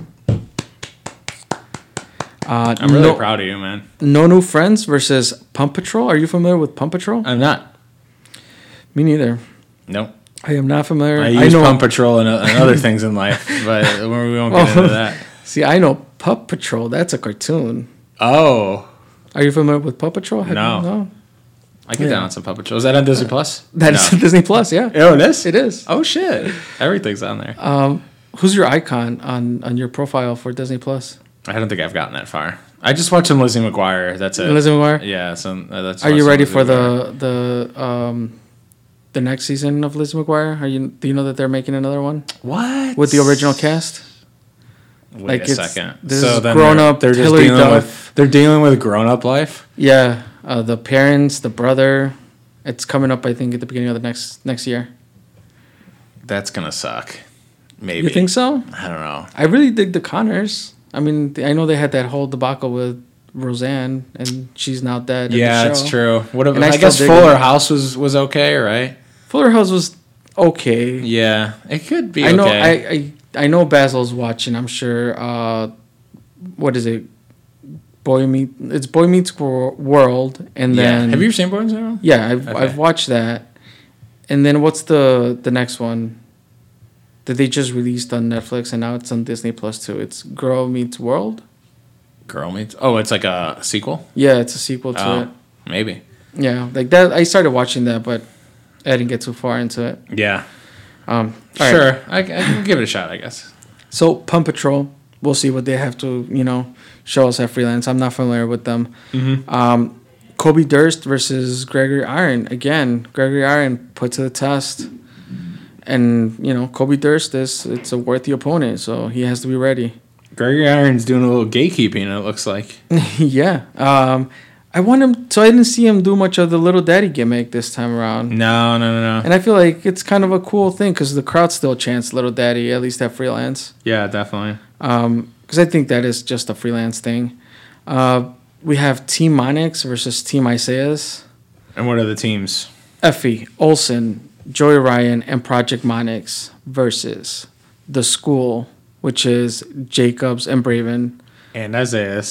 Uh,
I'm really
no,
proud of you, man.
no new friends versus Pump Patrol. Are you familiar with Pump Patrol?
I'm not.
Me neither.
Nope.
I am not familiar.
I
I,
use
know.
Pump Patrol and, uh, and other things in life, but we won't get
Oh.
into that.
see, I know Pup Patrol. That's a cartoon.
Oh,
Are you familiar with Pup Patrol? Have you-
No.
no.
I get
Yeah.
down on some Pump Patrol. Is that on Disney Plus?
That is
No.
Disney Plus. Yeah.
Oh, it is?
It is.
Oh, shit. Everything's on there.
Um, Who's your icon on on your profile for Disney Plus?
I don't think I've gotten that far. I just watched some Lizzie McGuire. That's it.
Elizabeth Moore.
Yeah, so uh, that's.
Are you
awesome,
ready for
Lizzie McGuire.
the the um the next season of Liz McGuire? Are you do you know that they're making another one
what
with the original cast?
Wait
like,
a
it's-
second.
this
so
is
then
grown
they're,
up
They're just
Hillary
dealing
Duff.
with. They're dealing with grown up life.
Yeah, uh, the parents, the brother. It's coming up, I think, at the beginning of the next next year.
That's gonna suck. Maybe.
You think so?
I don't know.
I really dig the Connors. I mean, I know they had that whole debacle with Roseanne, and she's not dead. in the
Yeah, it's true.
show.
What if,
And I
I,
still
guess
dig
Fuller
it.
House was was okay, right?
Fuller House was okay.
Yeah, it could be.
I know.
okay.
I, I I know Basil's watching. I'm sure. Uh, what is it? Boy meet. It's Boy Meets Wor- World, and
yeah.
then
Have you seen Bones Room?
Yeah, I've
Okay.
I've watched that, and then what's the the next one? That they just released on Netflix, and now it's on Disney Plus too. It's Girl Meets World.
Girl meets. Oh, it's like a sequel.
Yeah, it's a sequel to
Oh,
it.
maybe.
Yeah, like that. I started watching that, but I didn't get too far into it.
Yeah.
Um, all right.
sure. I, I can give it a shot. I guess.
So Pump Patrol, we'll see what they have to you know show us at freelance. I'm not familiar with them. Um, Kobe Durst versus Gregory Iron. Again, Gregory Iron put to the test. And, you know, Kobe Durst is it's a worthy opponent, so he has to be ready.
Gregory Iron's doing a little gatekeeping. It looks like
yeah. Um, I want him so I didn't see him do much of the little daddy gimmick this time around.
no, no, no, no.
And I feel like it's kind of a cool thing because the crowd still chants Little Daddy, at least at freelance.
Yeah, definitely.
Because Um, I think that is just a freelance thing. Uh, we have Team Monix versus Team Isaias.
And what are the teams?
Effie, Olson, Joy Ryan, and Project Monix versus The School, which is Jacobs and Braven,
And Isaiah.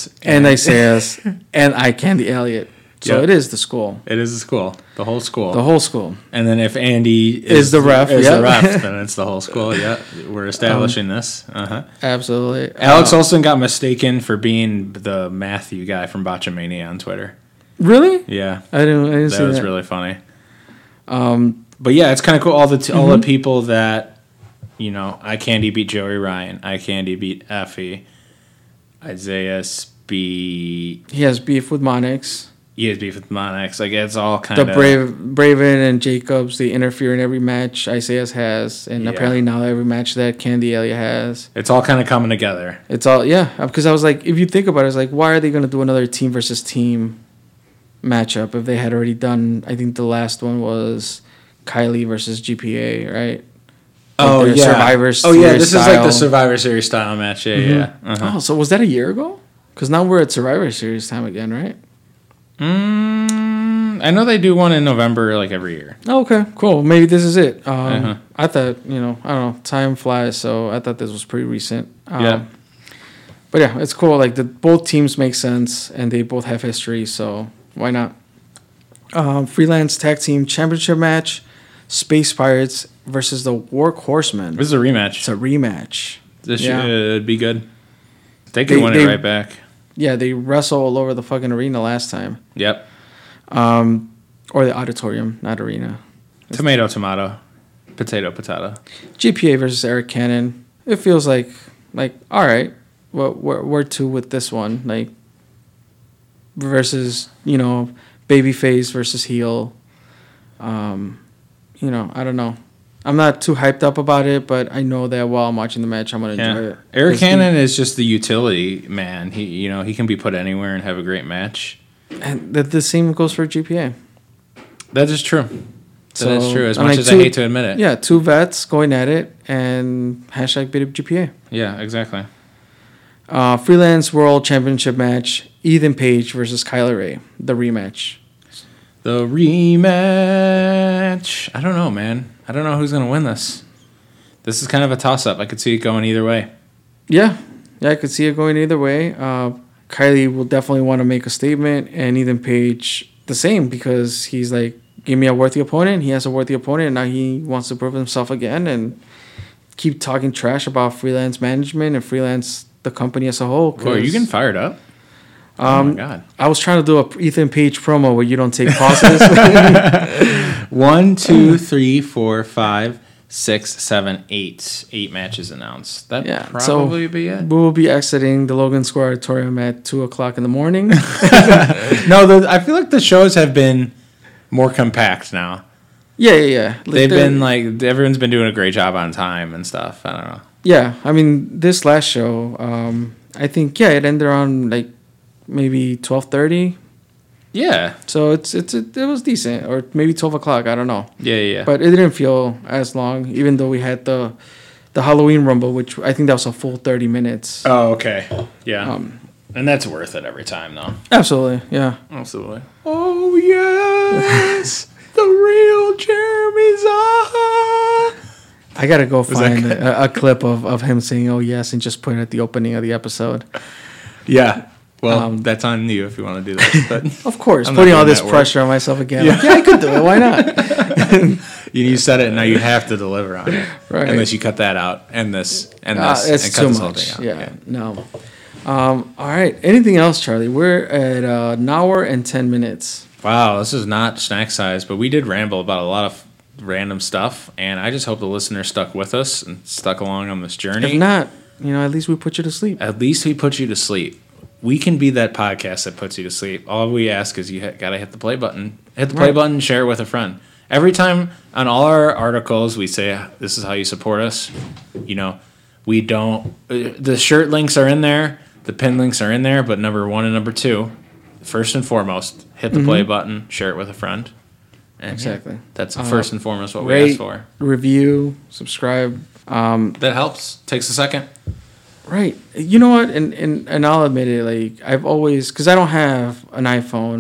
and Isaias, and I Candy Elliott. So
Yep.
it is the school,
It is the school, the whole school.
the whole school.
and then if Andy
Is the ref,
is
yeah.
the ref, then it's the whole school. Yeah, we're establishing this. Uh-huh.
Absolutely.
Alex
Uh,
Olson got mistaken for being the Matthew guy from Botchamania on Twitter.
really?
Yeah,
I didn't, I didn't
that
see
was
that.
really funny. Um, but yeah, it's kind of cool. All the t- all the people that you know, I Candy beat Joey Ryan. I Candy beat Effie. Isaiah beat
he has beef with Monix.
ESB with Monix. Like it's all kind
the
of
Brave Braven and Jacobs they interfere in every match Isaias has, and
Yeah.
apparently now every match that Candy Elliott has.
It's all kind of coming together.
It's all yeah, because I was like, if you think about it, it's like why are they gonna do another team versus team matchup if they had already done? I think the last one was Kylie versus GPA, right? Like their Survivor
Oh yeah,
Series
this is like the
style.
Survivor Series style match. Yeah, yeah. Uh-huh.
Oh, so was that a year ago? Because now we're at Survivor Series time again, right?
Mm, I know they do one in November, like every year.
Oh, okay, cool. Maybe this is it. Um,
Uh-huh.
I thought, you know, I don't know, time flies, so I thought this was pretty recent. Um,
Yeah.
But yeah, it's cool. Like the both teams make sense, and they both have history, so why not? Um, freelance tag team championship match: Space Pirates versus the War Horsemen.
This is a rematch.
It's a rematch.
this
yeah.
should be good. They could
They-
win
they-
it right back.
Yeah, they wrestle all over the fucking arena last time, Um,
Yep.
or the auditorium, not arena.
Tomato, tomato, potato, potato.
GPA versus Eric Cannon. It feels like like all right, what where where to with this one like versus you know babyface versus heel. Um, you know I don't know. I'm not too hyped up about it, but I know that while I'm watching the match, I'm gonna enjoy
Yeah.
it.
Eric
'Cause he-
Cannon is just the utility man. He, you know, he can be put anywhere and have a great match.
and the, the same goes for GPA.
That is true. that is
So,
true. As
I'm
much
like,
as I
two-
hate to admit it.
Yeah, two vets going at it, and hashtag beat up GPA.
Yeah. Exactly.
Uh, freelance World Championship match: Ethan Page versus Kyler Ray, the rematch.
The rematch. I don't know, man. I don't know who's gonna win this. This is kind of a toss-up. I could see it going either way.
Yeah, yeah, I could see it going either way. Uh, Kylie will definitely want to make a statement, and Ethan Page the same because he's like, give me a worthy opponent. He has a worthy opponent, and now he wants to prove himself again and keep talking trash about freelance management and freelance the company as a whole.
Boy, are you
'cause,
getting fired up? oh my god!
I was trying to do a Ethan Page promo where you don't take pauses.
One, two, three, four, five, six, seven, eight. Eight matches announced. That
Yeah, so-
probably be it.
we will be exiting the Logan Square Auditorium at two o'clock in the morning. no, the,
I feel like the shows have been more compact now.
yeah, yeah, yeah. Like,
They've
they're-
been like everyone's been doing a great job on time and stuff. I don't know.
Yeah, I mean, this last show, um, I think yeah, it ended around like maybe twelve thirty.
Yeah,
So it's it's it, it was decent, or maybe twelve o'clock. I don't know,
yeah, yeah. yeah.
but it didn't feel as long, even though we had the the Halloween Rumble, which I think that was a full thirty minutes.
oh, okay. Yeah,
Um,
and that's worth it every time, though.
Absolutely, yeah.
Absolutely. Oh yes, the real Jeremy Zaha.
I gotta go
that
find
good?
a, a clip of of him saying "Oh yes" and just put it at the opening of the episode.
Yeah. Well,
Um,
that's on you if you want to do that. But
Of course,
I'm not
putting
doing
all this
that work.
pressure on myself again. Like, Yeah, I could do it. Why not?
you, you said it, now you have to deliver on it.
Right.
Unless you cut that out and this and
Uh,
this
it's
and
too much. Yeah, no. Um, all right. Anything else, Charlie? We're at uh, an hour and ten minutes.
Wow, this is not snack size, but we did ramble about a lot of random stuff, and I just hope the listener stuck with us and stuck along on this journey.
If not, you know, at least we put you to sleep.
At least we put you to sleep. we can be that podcast that puts you to sleep. All we ask is you ha- gotta hit the play button. Hit the play
Right.
button. Share it with a friend. Every time on all our articles, we say this is how you support us. You know, we don't. uh, The shirt links are in there. The pin links are in there. But number one and number two, first and foremost, hit the play button. Share it with a friend. And yeah,
Exactly.
that's
Uh,
first and foremost what we ask
Rate,
for.
review, subscribe. Um,
That helps. Takes a second.
right. You know what? And and, and I'll admit it. Like I've always, because I don't have an iPhone,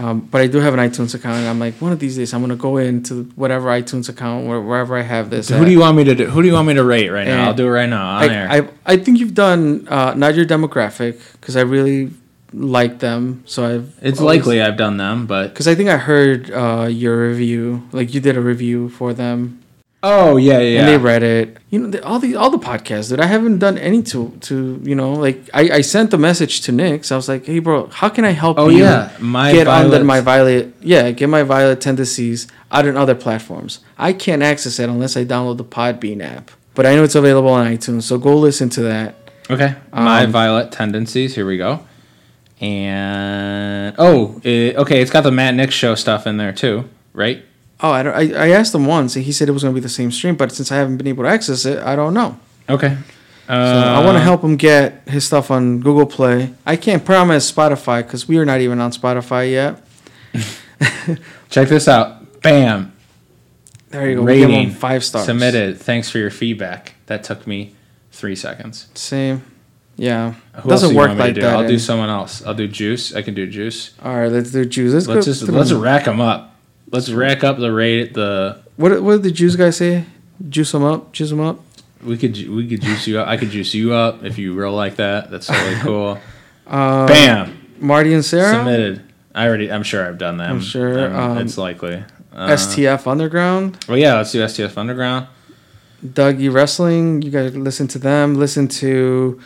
um, but I do have an iTunes account. And I'm like, one of these days, I'm gonna go into whatever iTunes account where, wherever I have this.
Who
at.
do you want me to do? Who do you want me to rate right now?
And
I'll do it right now on air.
I, I I think you've done uh, not your demographic because I really like them. So I've
it's
always-
likely I've done them, but
Because I think I heard uh, your review, like you did a review for them,
oh yeah, yeah.
and they read it. You know, the, all the all the podcasts, dude. I haven't done any to to you know, like I, I sent a message to Nick's. I was like, hey, bro, how can I help?
Oh
you
yeah, my
get under
Violet's-
my violet, yeah, get my violet tendencies out on other platforms. I can't access it unless I download the Podbean app, but I know it's available on iTunes. So go listen to that.
okay. my
Um,
violet tendencies. Here we go. And oh, it, okay, it's got the Matt Nick show stuff in there too, right?
Oh, I, don't, I, I asked him once, and he said it was going to be the same stream, but since I haven't been able to access it, I don't know.
Okay.
So
Uh,
I want to help him get his stuff on Google Play. I can't promise Spotify because we are not even on Spotify yet.
Check this out. Bam.
There you go. We give him five stars.
Submitted. Thanks for your feedback. That took me three seconds.
Same. Yeah.
Who else do
Doesn't
you
work
want me to
like
do?
that. eh?
I'll do
in-
someone else. I'll do juice. I can do juice.
All right, let's do Jews. Let's,
Let's
go.
just
through
let's
them.
rack them up. Let's rack up the rate. The
what what did the Jews guy say? Juice them up. Juice them up.
we could ju- we could juice you up. I could juice you up if you roll like that. That's totally cool.
Um,
Bam.
Marty and Sarah.
Submitted. I already. I'm sure I've done that.
I'm sure,
I'm-
um,
it's likely. Uh,
STF Underground.
well, yeah. Let's do STF Underground.
Dougie Wrestling. You guys listen to them. Listen to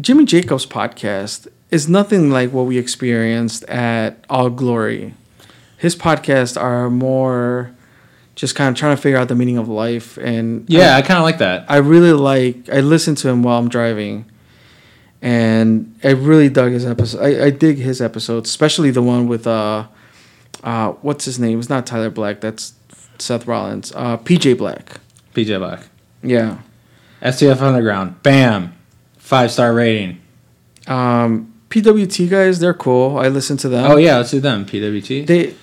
Jimmy Jacobs podcast. Is nothing like what we experienced at All Glory. His podcasts are more just kind of trying to figure out the meaning of life. And
Yeah, I kind of like that.
I, I really like. I listen to him while I'm driving, and I really dug his episode. I, I dig his episodes, especially the one with uh, uh, what's his name? It's not Tyler Black. That's Seth Rollins. Uh, PJ Black.
PJ Black.
Yeah.
STF Underground. Bam. Five star rating.
Um, PWT guys, they're cool. I listen to them.
Oh yeah, let's do them. PWT.
They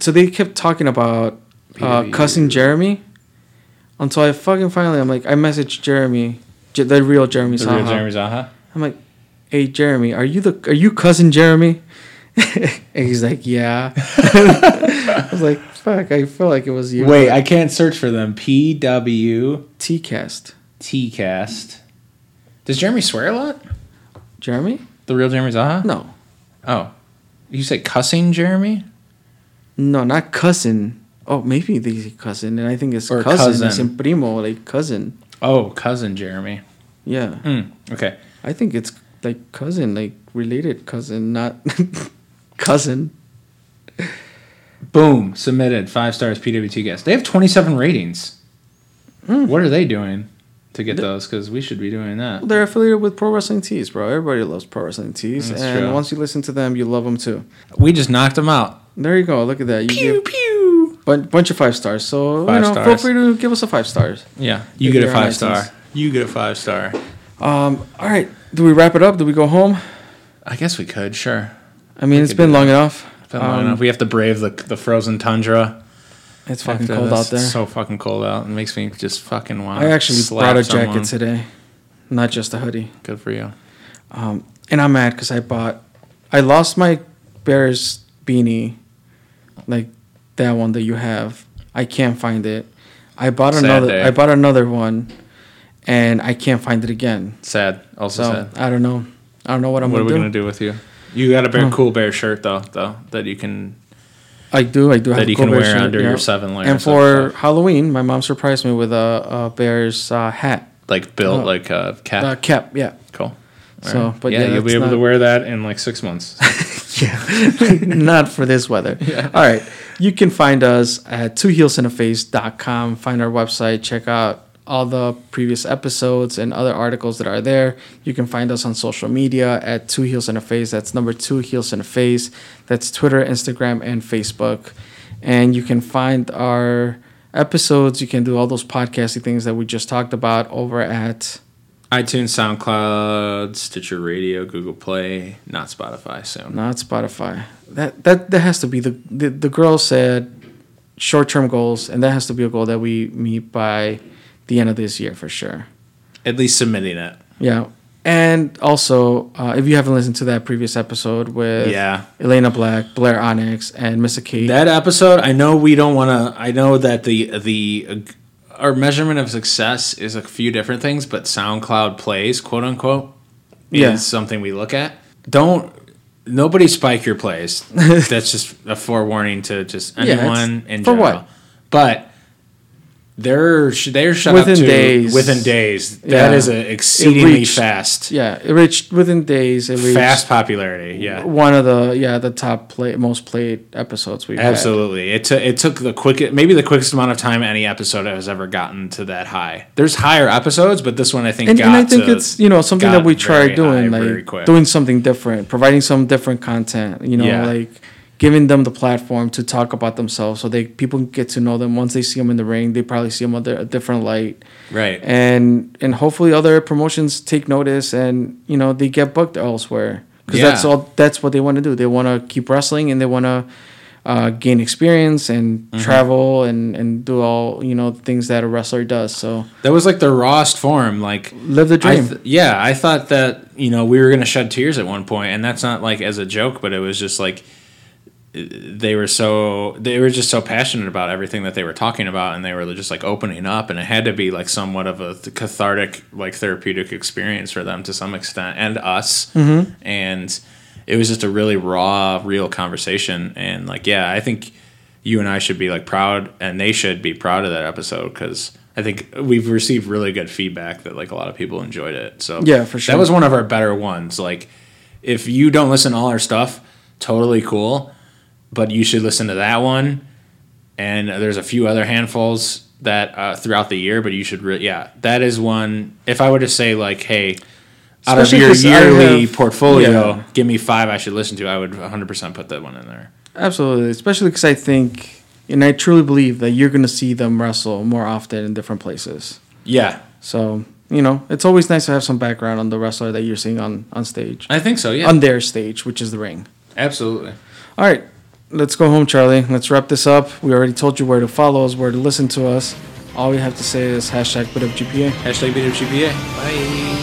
so they kept talking about uh,
PW.
cussing Jeremy until I fucking finally I'm like I messaged Jeremy, J- the real Jeremy
the real
Saha.
Jeremy Zaha.
I'm like, hey Jeremy, are you the are you cousin Jeremy? and he's like, yeah. I was like, fuck, I feel like it was you.
Wait, I can't search for them. PWT
T cast.
cast. Does Jeremy swear a lot?
Jeremy?
The real Jeremy Zaha?
No.
Oh. You say cussing Jeremy?
No, not cousin. Oh, maybe they say cousin, and I think it's
Or
cousin.
cousin.
It's in primo, like cousin.
Oh, cousin Jeremy.
Yeah.
Hmm. Okay.
I think it's like cousin, like related cousin, not cousin.
Boom. Submitted. Five stars PWT guest. They have 27 ratings. What are they doing to get those? Because we should be doing that.
They're affiliated with Pro Wrestling Tees, bro. Everybody loves Pro Wrestling Tees,
That's
and
true.
once you listen to them, you love them too.
We just knocked them out.
There you go. Look at that. You
Pew,
give
pew.
a bunch of five stars. So
Five
you know, feel
stars.
free to give us a five stars.
Yeah. You
If
get a
you're on
five star.
iTunes.
You get a five star.
Um, all right. Do we wrap it up? Do we go home?
I guess we could. Sure.
I mean, it's
could
been long enough.
Been long
Um,
enough. We have to brave the, the frozen tundra.
It's fucking
After
cold
this,
out there.
It's so fucking cold out. It makes me just fucking want.
I actually
slap
brought a
someone.
jacket today, not just a hoodie.
Good for you.
Um, and I'm mad because I bought, I lost my Bears beanie, like that one that you have. I can't find it. I bought
Sad
another.
day.
I bought another one, and I can't find it again.
Sad. Also
So
sad.
I don't know. I don't know what I'm
What are
gonna,
we gonna
do.
do with you? You got a bear cool bear shirt though, though that you can
I do. I do have
that
a
you
cool
can
Bears
wear
shirt,
under
yeah.
your seven layers.
And
of
for
stuff.
Halloween, my mom surprised me with a, a Bears uh, hat,
like built
Oh.
like a cap.
uh, cap. Yeah.
cool.
So,
Alright.
but
yeah,
yeah,
you'll be
that's
able to
not-
wear that in like six months.
Yeah. Not for this weather. All right. You can find us at twoheelsinaface.com. Find our website. Check out all the previous episodes and other articles that are there. You can find us on social media at Two Heels and a Face. That's number two Heels and a Face. That's Twitter, Instagram, and Facebook. And you can find our episodes. You can do all those podcasting things that we just talked about over at
iTunes, SoundCloud, Stitcher Radio, Google Play, not Spotify soon.
not Spotify. That that that has to be the the, the girl said short term goals, and that has to be a goal that we meet by the end of this year for sure.
At least submitting it.
Yeah. And also, uh, if you haven't listened to that previous episode with
Yeah.
Elena Black, Blair Onyx, and Mr. Kate,
That episode, I know we don't want to. I know that the the uh, our measurement of success is a few different things, but SoundCloud plays, quote unquote, is
Yeah.
something we look at. Don't nobody spike your plays. That's just a forewarning to just
it's-
anyone in
for
general.
what?
But they're sh- they're shut up
Within
to
days.
within days.
Yeah.
That is a exceedingly
reached-
fast,
yeah, it reached within days. It reached
fast popularity. Yeah.
one of the yeah the top play most played episodes we've had.
Absolutely. It took it took the quickest maybe the quickest amount of time any episode has ever gotten to that high. There's higher episodes, but this one I think
and,
got
and I think
to-
it's you know something that
got
we try
very
doing
high very
like
quick.
doing something different, providing some different content. You know,
Yeah.
like giving them the platform to talk about themselves so they people get to know them. Once they see them in the ring, they probably see them under a different light,
right.
and and hopefully other promotions take notice and you know they get booked elsewhere because that's
Yeah.
all that's what they want to do. They want to keep wrestling and they want to. Uh, gain experience and
Mm-hmm.
travel and, and do all you know things that a wrestler does. So
That was like the rawest form. Like
live the
I
dream.
th- yeah, I thought that you know we were gonna shed tears at one point, and that's not like as a joke, but it was just like they were so they were just so passionate about everything that they were talking about, and they were just like opening up, and it had to be like somewhat of a th- cathartic, like therapeutic experience for them to some extent, and us,
Mm-hmm.
and it was just a really raw, real conversation, and like yeah, I think you and I should be like proud, and they should be proud of that episode because I think we've received really good feedback that like a lot of people enjoyed it. So
Yeah, for sure.
that was one of our better ones. Like, if you don't listen to all our stuff, totally cool, but you should listen to that one. And there's a few other handfuls that uh, throughout the year, but you should really yeah, that is one. If I were to say like, hey. Out of
Especially
your
'cause I
yearly
have-
portfolio,
yeah.
give me five I should listen to. I would 100% put that one in there.
Absolutely, especially because I think, and I truly believe that you're going to see them wrestle more often in different places.
Yeah,
So you know, it's always nice to have some background on the wrestler that you're seeing on on stage,
I think so. Yeah,
on their stage, which is the ring.
absolutely.
All right, let's go home, Charlie. Let's wrap this up. We already told you where to follow us, where to listen to us. All we have to say is hashtag BitUpGPA.
Hashtag BWGPA. Bye.